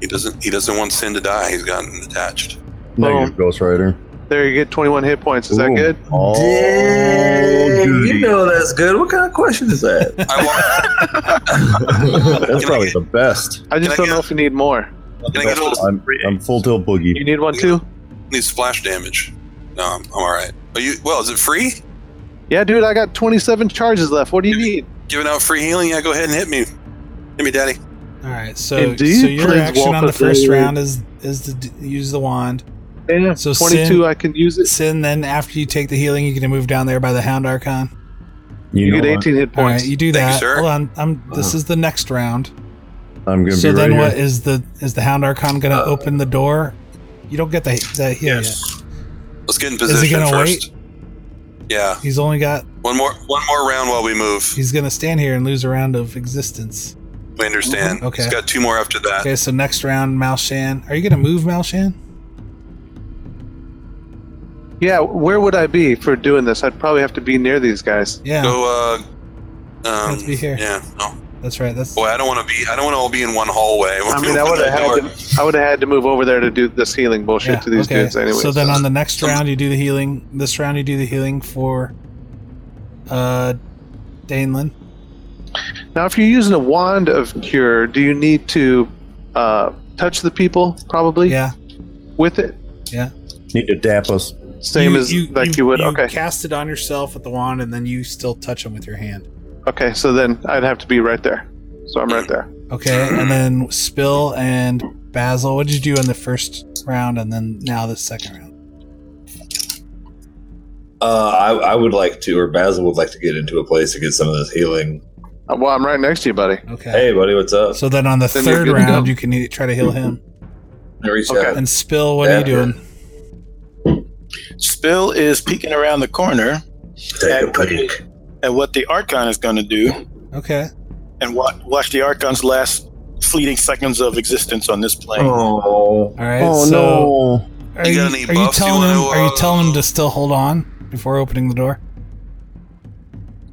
Speaker 5: He doesn't he doesn't want Sin to die. He's gotten attached.
Speaker 6: Negative Ghost Rider.
Speaker 3: there you get 21 hit points. Is that
Speaker 6: Ooh.
Speaker 3: good?
Speaker 6: Oh,
Speaker 10: Dang,
Speaker 6: goody.
Speaker 10: you know that's good. What kind of question is that?
Speaker 5: I
Speaker 6: That's
Speaker 5: want, Can I
Speaker 6: probably
Speaker 5: get-
Speaker 6: the best.
Speaker 3: I just
Speaker 5: Can I
Speaker 3: don't
Speaker 5: get-
Speaker 3: know if you need more.
Speaker 5: can I get a little
Speaker 6: I'm, I'm full tilt
Speaker 3: You
Speaker 6: boogie.
Speaker 3: need one
Speaker 5: Yeah.
Speaker 3: too?
Speaker 5: need splash damage? No, I'm, I'm all right. Are you well? Is it free?
Speaker 3: Yeah, dude, I got 27 charges left. What do you need?
Speaker 5: Giving out free healing? Yeah, go ahead and hit me. Hit me, Daddy.
Speaker 9: All right, so
Speaker 3: Indeed,
Speaker 9: so your
Speaker 3: please
Speaker 9: action
Speaker 3: walk
Speaker 9: on the
Speaker 3: us
Speaker 9: first
Speaker 3: through.
Speaker 9: round is is to d- use the wand.
Speaker 3: Yeah,
Speaker 9: So
Speaker 3: 22,
Speaker 9: Sin-
Speaker 3: I can use it.
Speaker 9: Sin. Then after you take the healing, you can move down there by the Hound Archon.
Speaker 3: You,
Speaker 6: know
Speaker 3: get
Speaker 6: what?
Speaker 3: 18 hit
Speaker 9: All right,
Speaker 3: points.
Speaker 9: you do
Speaker 5: Thank you,
Speaker 9: that.
Speaker 5: sir.
Speaker 9: Hold on, I'm. This is the next round.
Speaker 6: I'm gonna
Speaker 9: So
Speaker 6: be
Speaker 9: then,
Speaker 6: right
Speaker 9: what
Speaker 6: here.
Speaker 9: is the is the Hound Archon
Speaker 3: Uh.
Speaker 9: gonna open the door? You don't get the that heal
Speaker 5: Let's get in
Speaker 9: Is
Speaker 5: position
Speaker 9: he gonna
Speaker 5: first. Yeah,
Speaker 9: yet. He's only got.
Speaker 5: one more one more round while we move.
Speaker 9: He's gonna stand here and lose a round of existence.
Speaker 5: We understand.
Speaker 9: Okay.
Speaker 5: He's got two more after that.
Speaker 9: Okay, so next round, Malshan. Are you gonna move Malshan?
Speaker 3: Yeah, where would I be for doing this? I'd probably have to be near these guys.
Speaker 9: Yeah,
Speaker 5: Go. Uh, um,
Speaker 9: Let's be here.
Speaker 5: Yeah. No.
Speaker 9: that's right. That's
Speaker 5: Boy, I don't want to be. I don't want to all be in one hallway.
Speaker 3: I mean, I would have had to, I would have had to move over there to do this healing bullshit to these dudes anyway.
Speaker 9: So then on the next round you do the healing this round you do the healing for uh Danelin.
Speaker 3: now, if you're using a wand of cure, do you need to uh, touch the people probably
Speaker 9: Yeah.
Speaker 3: with it?
Speaker 6: Need to dap us.
Speaker 3: Same as like you, would. okay,
Speaker 9: cast it on yourself with the wand and then you still touch them with your hand.
Speaker 3: okay. So then I'd have to be right there. So I'm right there.
Speaker 9: Okay, and then Spill and Basil, what did you do in the first round and then now the second round?
Speaker 10: Uh, I, I would like to, or Basil would like to get into a place to get some of this healing.
Speaker 3: Uh, Well, I'm right next to you, buddy.
Speaker 9: Okay.
Speaker 10: Hey, buddy, what's up?
Speaker 9: So then on the
Speaker 3: Then you're
Speaker 9: third
Speaker 3: good to
Speaker 9: round
Speaker 3: go.
Speaker 9: you can e- try to heal him.
Speaker 10: I reach
Speaker 3: okay.
Speaker 10: out.
Speaker 9: And Spill, what are you
Speaker 10: Yeah.
Speaker 9: doing?
Speaker 7: Spill is peeking around the corner
Speaker 10: Take a
Speaker 7: at, what the,
Speaker 10: peek.
Speaker 7: at what the Archon is going to do
Speaker 9: Okay.
Speaker 7: and watch, watch the Archon's last fleeting seconds of existence on this plane.
Speaker 10: Oh,
Speaker 9: All right.
Speaker 6: Oh
Speaker 9: so
Speaker 6: no!
Speaker 9: Are
Speaker 5: You
Speaker 9: you,
Speaker 5: got any
Speaker 9: are you
Speaker 5: buffs you
Speaker 9: telling
Speaker 5: wanna,
Speaker 9: him? Are you
Speaker 5: uh,
Speaker 9: telling him to still hold on before opening the door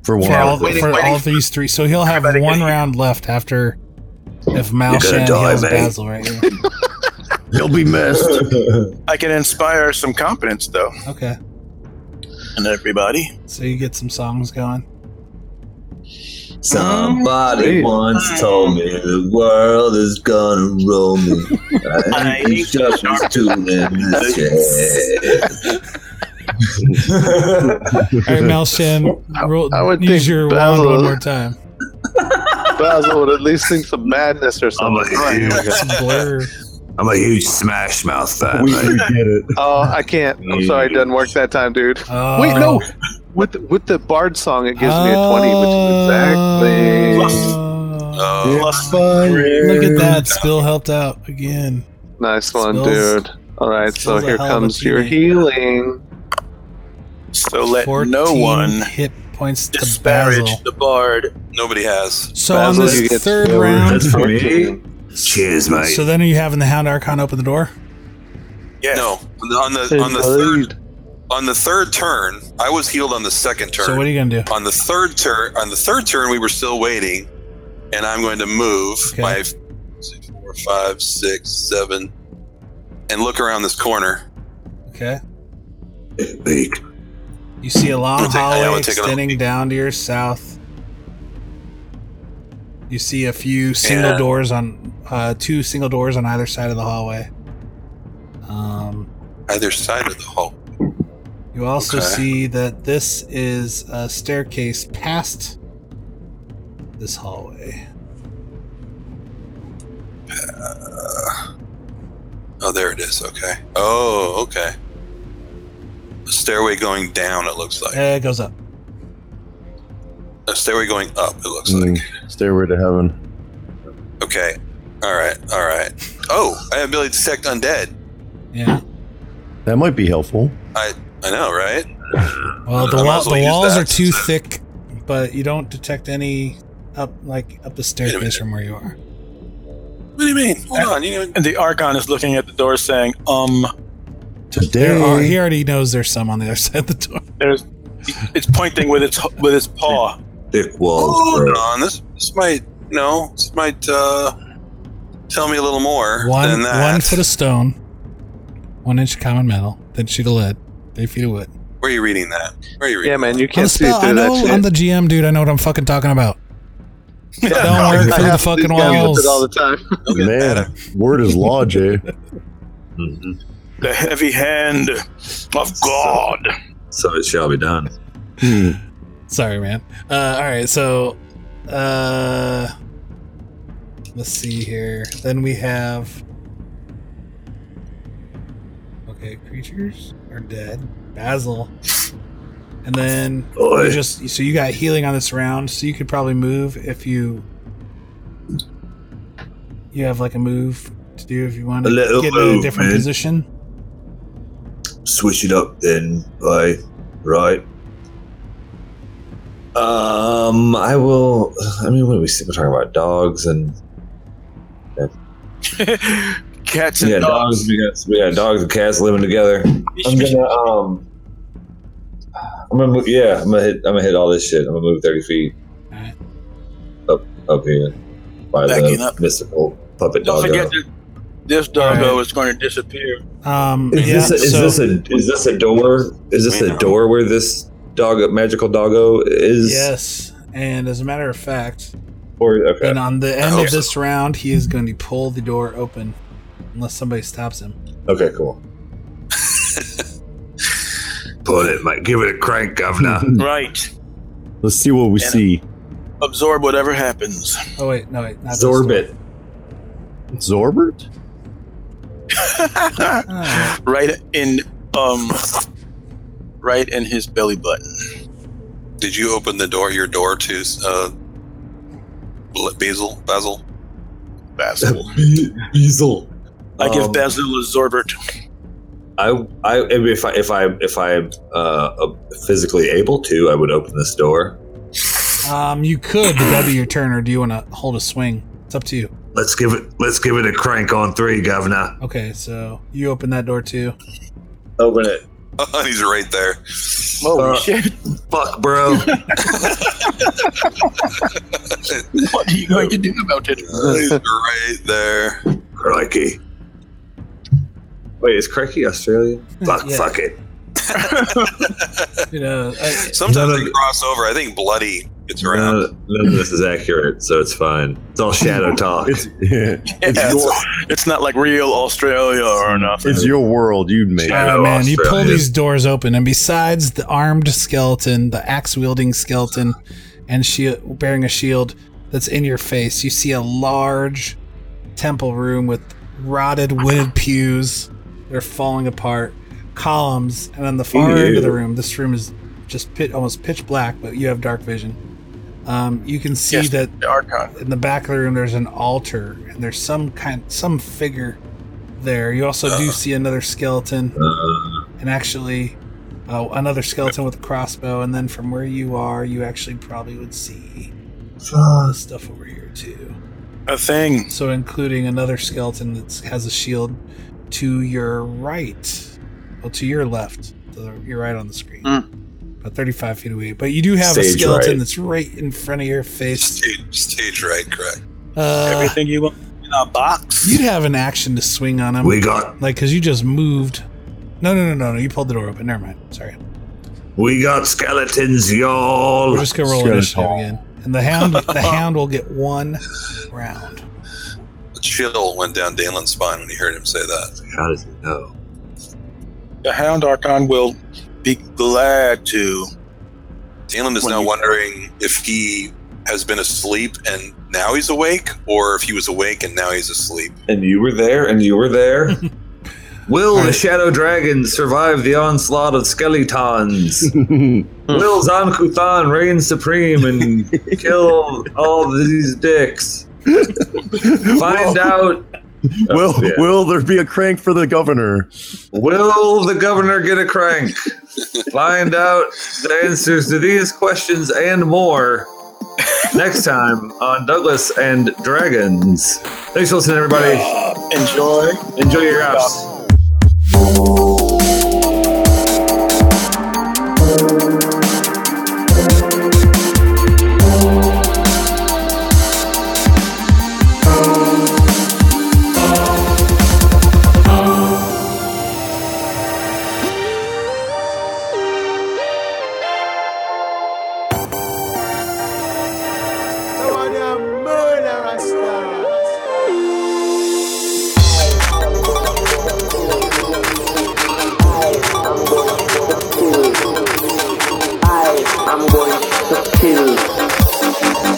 Speaker 6: For
Speaker 9: for all,
Speaker 6: one,
Speaker 7: waiting,
Speaker 9: for
Speaker 7: waiting.
Speaker 9: all these three? So he'll have
Speaker 7: Everybody
Speaker 9: one
Speaker 7: get-
Speaker 9: round left after if Malshan
Speaker 10: gonna die,
Speaker 9: heals
Speaker 10: mate.
Speaker 9: Basil right here.
Speaker 6: he'll be missed.
Speaker 7: I can inspire some confidence, though,
Speaker 9: Okay,
Speaker 7: in everybody.
Speaker 9: so you get some songs going.
Speaker 10: Somebody
Speaker 3: Mm.
Speaker 10: once told me the world is gonna roll me. I ain't instructions to them.
Speaker 9: All right, Malshan, roll,
Speaker 3: I would
Speaker 9: use
Speaker 3: think
Speaker 9: your
Speaker 3: Basil-
Speaker 9: round one more time.
Speaker 3: Basil would at least think some madness or something.
Speaker 9: All right, here we go. Some blur.
Speaker 1: I'm a huge Smash Mouth fan.
Speaker 6: we, we get it.
Speaker 3: Oh, I can't. I'm sorry, it doesn't work that time, dude.
Speaker 9: Oh.
Speaker 3: Wait, no. With the, with the bard song, it gives me a twenty, which is exactly
Speaker 9: Oh.
Speaker 5: Uh,
Speaker 9: Look at that! Spill helped out again.
Speaker 3: nice one,
Speaker 9: Spells-
Speaker 3: dude. All right, so
Speaker 9: spells a
Speaker 3: here
Speaker 9: hell of a
Speaker 3: comes your
Speaker 9: teammate.
Speaker 3: healing.
Speaker 7: So let
Speaker 9: 14
Speaker 7: no one
Speaker 9: hit points to
Speaker 7: disparage
Speaker 9: Basil.
Speaker 7: the bard.
Speaker 5: Nobody has.
Speaker 9: So
Speaker 3: Basil,
Speaker 9: on
Speaker 3: you
Speaker 9: this
Speaker 3: get
Speaker 9: third
Speaker 3: four.
Speaker 9: round,
Speaker 10: That's for me.
Speaker 3: 14.
Speaker 1: Cheers, mate.
Speaker 9: So then are you having the Hound Archon open the door?
Speaker 7: Yes.
Speaker 5: No. On the on the third on the third turn, I was healed on the second turn.
Speaker 9: So what are you gonna do?
Speaker 5: on the third turn, on the third turn, we were still waiting, and I'm going to move
Speaker 9: Okay.
Speaker 5: my f- six, four, five, six, seven, and look around this corner.
Speaker 9: Okay.
Speaker 1: Big.
Speaker 9: You see a
Speaker 5: I'm
Speaker 9: long
Speaker 5: gonna take- I am
Speaker 9: hallway
Speaker 5: gonna take another
Speaker 9: extending
Speaker 5: peek.
Speaker 9: down to your south. You see a few single
Speaker 5: Yeah.
Speaker 9: doors on uh, two single doors on either side of the hallway. Um,
Speaker 5: Either side of the hall.
Speaker 9: you also
Speaker 5: Okay.
Speaker 9: see that this is a staircase past this hallway.
Speaker 5: Oh, there it is. Okay. Oh, okay. A stairway going down. It looks like
Speaker 9: Eh, It goes up.
Speaker 5: a stairway going up. It looks
Speaker 6: Mm,
Speaker 5: like.
Speaker 6: Stairway to heaven.
Speaker 5: Okay. All right. All right. Oh, I have ability to detect undead.
Speaker 9: Yeah.
Speaker 6: That might be helpful.
Speaker 5: I know, right?
Speaker 9: Well,
Speaker 5: I
Speaker 9: the,
Speaker 5: might
Speaker 9: wall,
Speaker 5: as well
Speaker 9: the
Speaker 5: use
Speaker 9: walls
Speaker 5: that
Speaker 9: are too
Speaker 5: since-
Speaker 9: thick, but you don't detect any up like up the staircase from where you are.
Speaker 5: What do you mean? Hold on. You know,
Speaker 7: And the Archon is looking at the door saying, um,
Speaker 9: There are, he already knows there's some on the other side of the door.
Speaker 7: there's, it's pointing with its with its paw.
Speaker 10: Thick walls.
Speaker 1: Oh,
Speaker 5: hold
Speaker 10: bro.
Speaker 5: on. This, this might, you know, this might uh, tell me a little more
Speaker 9: One
Speaker 5: than that.
Speaker 9: one foot of stone, one inch of common metal, then sheet of lead, eight feet of wood.
Speaker 5: Where are you reading that? Where are you reading
Speaker 3: Yeah, man, you
Speaker 9: On the
Speaker 3: can't see
Speaker 9: spell, I
Speaker 3: through that
Speaker 9: know
Speaker 3: shit.
Speaker 9: I'm the GM, dude. I know what I'm fucking talking about.
Speaker 3: I
Speaker 9: Don't work through the
Speaker 3: have-
Speaker 9: fucking
Speaker 3: these guys look at
Speaker 9: walls.
Speaker 3: it all the time.
Speaker 6: Man, word is law, Jay.
Speaker 7: The heavy hand of God.
Speaker 10: So it shall be done.
Speaker 9: Sorry, man. Uh, all right, so uh, let's see here. Then we have okay, creatures are dead. Basil, and then you
Speaker 1: Oi.
Speaker 9: just so you got healing on this round, so you could probably move if you you have like a move to do if you want
Speaker 1: A
Speaker 9: to
Speaker 1: little
Speaker 9: get in a
Speaker 1: move,
Speaker 9: different
Speaker 1: man.
Speaker 9: position.
Speaker 1: Switch it up then, by right.
Speaker 10: Um, I will. I mean, what are we we're talking about? Dogs and
Speaker 7: Cats
Speaker 10: we
Speaker 7: and
Speaker 10: got
Speaker 7: dogs.
Speaker 10: dogs. We got we got dogs and cats living together. I'm gonna um. I'm gonna move, yeah. I'm gonna hit. I'm gonna hit all this shit. I'm gonna move thirty feet
Speaker 9: Alright.
Speaker 10: up up here by
Speaker 7: Backing
Speaker 10: the
Speaker 7: up.
Speaker 10: mystical puppet
Speaker 7: Don't
Speaker 10: dog.
Speaker 7: forget that this doggo is going to disappear.
Speaker 9: Um,
Speaker 10: Is
Speaker 9: yeah,
Speaker 10: this a, is
Speaker 9: so-
Speaker 10: this a is this a door? Is this a door where this dog magical doggo is?
Speaker 9: Yes, and as a matter of fact,
Speaker 10: Or okay.
Speaker 9: and on the end
Speaker 5: hope
Speaker 9: of
Speaker 5: so.
Speaker 9: this round, he is going to pull the door open, unless somebody stops him.
Speaker 10: Okay. Cool.
Speaker 1: Pull it, mate. Give it a crank, governor.
Speaker 7: Right.
Speaker 6: Let's see what we
Speaker 7: And-
Speaker 6: see.
Speaker 7: Absorb whatever happens.
Speaker 9: Oh wait, no wait, not this door.
Speaker 10: Zorbit.
Speaker 6: Zorbert?
Speaker 9: Ah,
Speaker 7: Right in um right in his belly button.
Speaker 5: Did you open the door, your door to uh, Bl- Basil? Basil?
Speaker 7: Basil.
Speaker 10: Beazle.
Speaker 7: I give
Speaker 10: Um,
Speaker 7: Basil a Zorbert.
Speaker 10: I, I, if I, if I, if I, uh, physically able to, I would open this door.
Speaker 9: um, you could, but that'd be your turn, or do you want to hold a swing? It's up to you.
Speaker 1: Let's give it. Let's give it a crank on three, governor.
Speaker 9: Okay, so you open that door too.
Speaker 10: Open it.
Speaker 5: He's right there.
Speaker 1: Uh,
Speaker 7: shit.
Speaker 1: Fuck, bro.
Speaker 7: What are you going to do about it?
Speaker 5: He's right there.
Speaker 1: Crikey.
Speaker 10: Wait, is Cranky Australian?
Speaker 1: Fuck,
Speaker 9: Yeah.
Speaker 1: fuck it.
Speaker 9: You know, I,
Speaker 5: Sometimes
Speaker 10: No, no,
Speaker 5: they cross over. I think bloody gets around.
Speaker 10: None, none of this is accurate, so it's fine. It's all shadow talk.
Speaker 6: It's, yeah,
Speaker 7: Yeah, it's, it's not like real Australia or nothing.
Speaker 6: it's your world. You'd make it.
Speaker 9: oh
Speaker 10: Shadow
Speaker 9: man, you pull
Speaker 10: Australia.
Speaker 9: these doors open, and besides the armed skeleton, the axe wielding skeleton, and she bearing a shield that's in your face, you see a large temple room with rotted wooden pews. They're falling apart, columns, and on the far end of the
Speaker 10: Ew.
Speaker 9: room, this room is just pit, almost pitch black, but you have dark vision. Um, you can see
Speaker 7: Yes.
Speaker 9: that
Speaker 7: The Archon.
Speaker 9: in the back of the room there's an altar and there's some kind some figure there you also do see another skeleton and actually uh, another skeleton with a crossbow and then from where you are you actually probably would see uh, stuff over here too
Speaker 7: A thing.
Speaker 9: so including another skeleton that has a shield to your right well to your left to the, your right on the screen about 35 feet away but you do have a
Speaker 10: Hmm. Stage
Speaker 9: skeleton
Speaker 10: right.
Speaker 9: that's right in front of your face
Speaker 5: Stage, stage right, correct.
Speaker 9: uh,
Speaker 7: Everything you want in a box.
Speaker 9: You'd have an action to swing on him,
Speaker 1: We got.
Speaker 9: like because you just moved. No, no, no, no, no. You pulled the door open. Never mind. Sorry.
Speaker 1: We got skeletons, y'all.
Speaker 9: We're just gonna roll
Speaker 6: Skeleton.
Speaker 9: initiative again, and the hound, the hound will get one round.
Speaker 5: A chill went down Dalen's spine when he heard him say that.
Speaker 10: How does he know?
Speaker 7: The Hound Archon will be glad to.
Speaker 5: Dalen is
Speaker 7: When
Speaker 5: now
Speaker 7: you-
Speaker 5: wondering if he has been asleep and now he's awake, or if he was awake and now he's asleep.
Speaker 10: And you were there, and you were there. Will the shadow dragons survive the onslaught of skeletons? Will Zankuthan reign supreme and kill all these dicks? Find out
Speaker 6: will
Speaker 12: yeah.
Speaker 6: will there be a crank for the governor?
Speaker 10: Will the governor get a crank? Find out the answers to these questions and more next time on Douglas and Dragons. Thanks for listening, everybody.
Speaker 13: Enjoy.
Speaker 10: Enjoy your apps.
Speaker 7: I'm going to kill.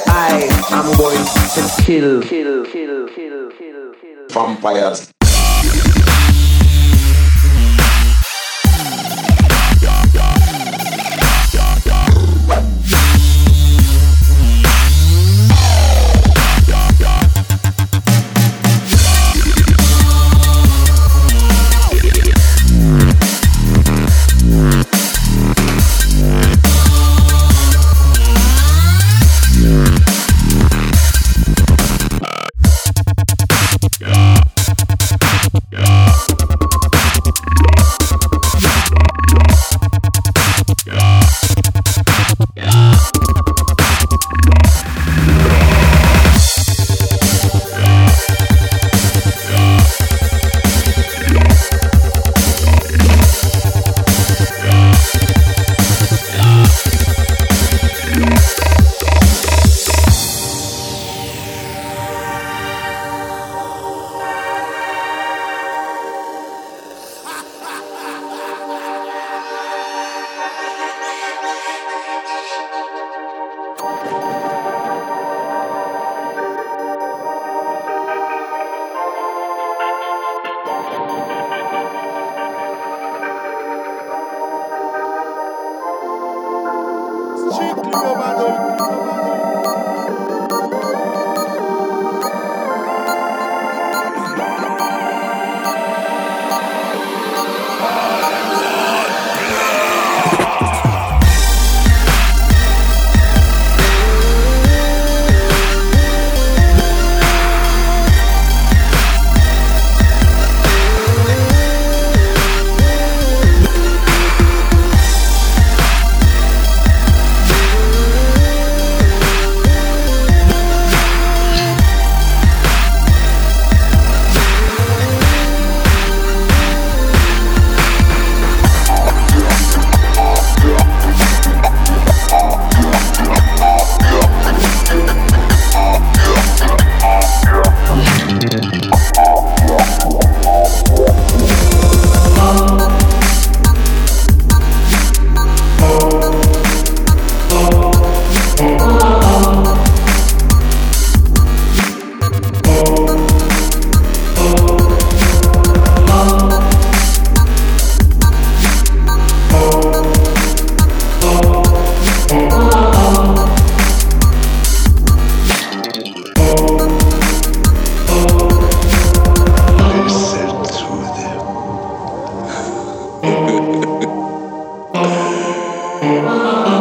Speaker 7: I am going to kill. Kill. Kill. Kill. Kill. Kill. Vampires.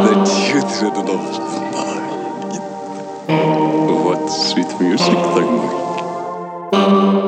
Speaker 14: the children of the night. What sweet music they make.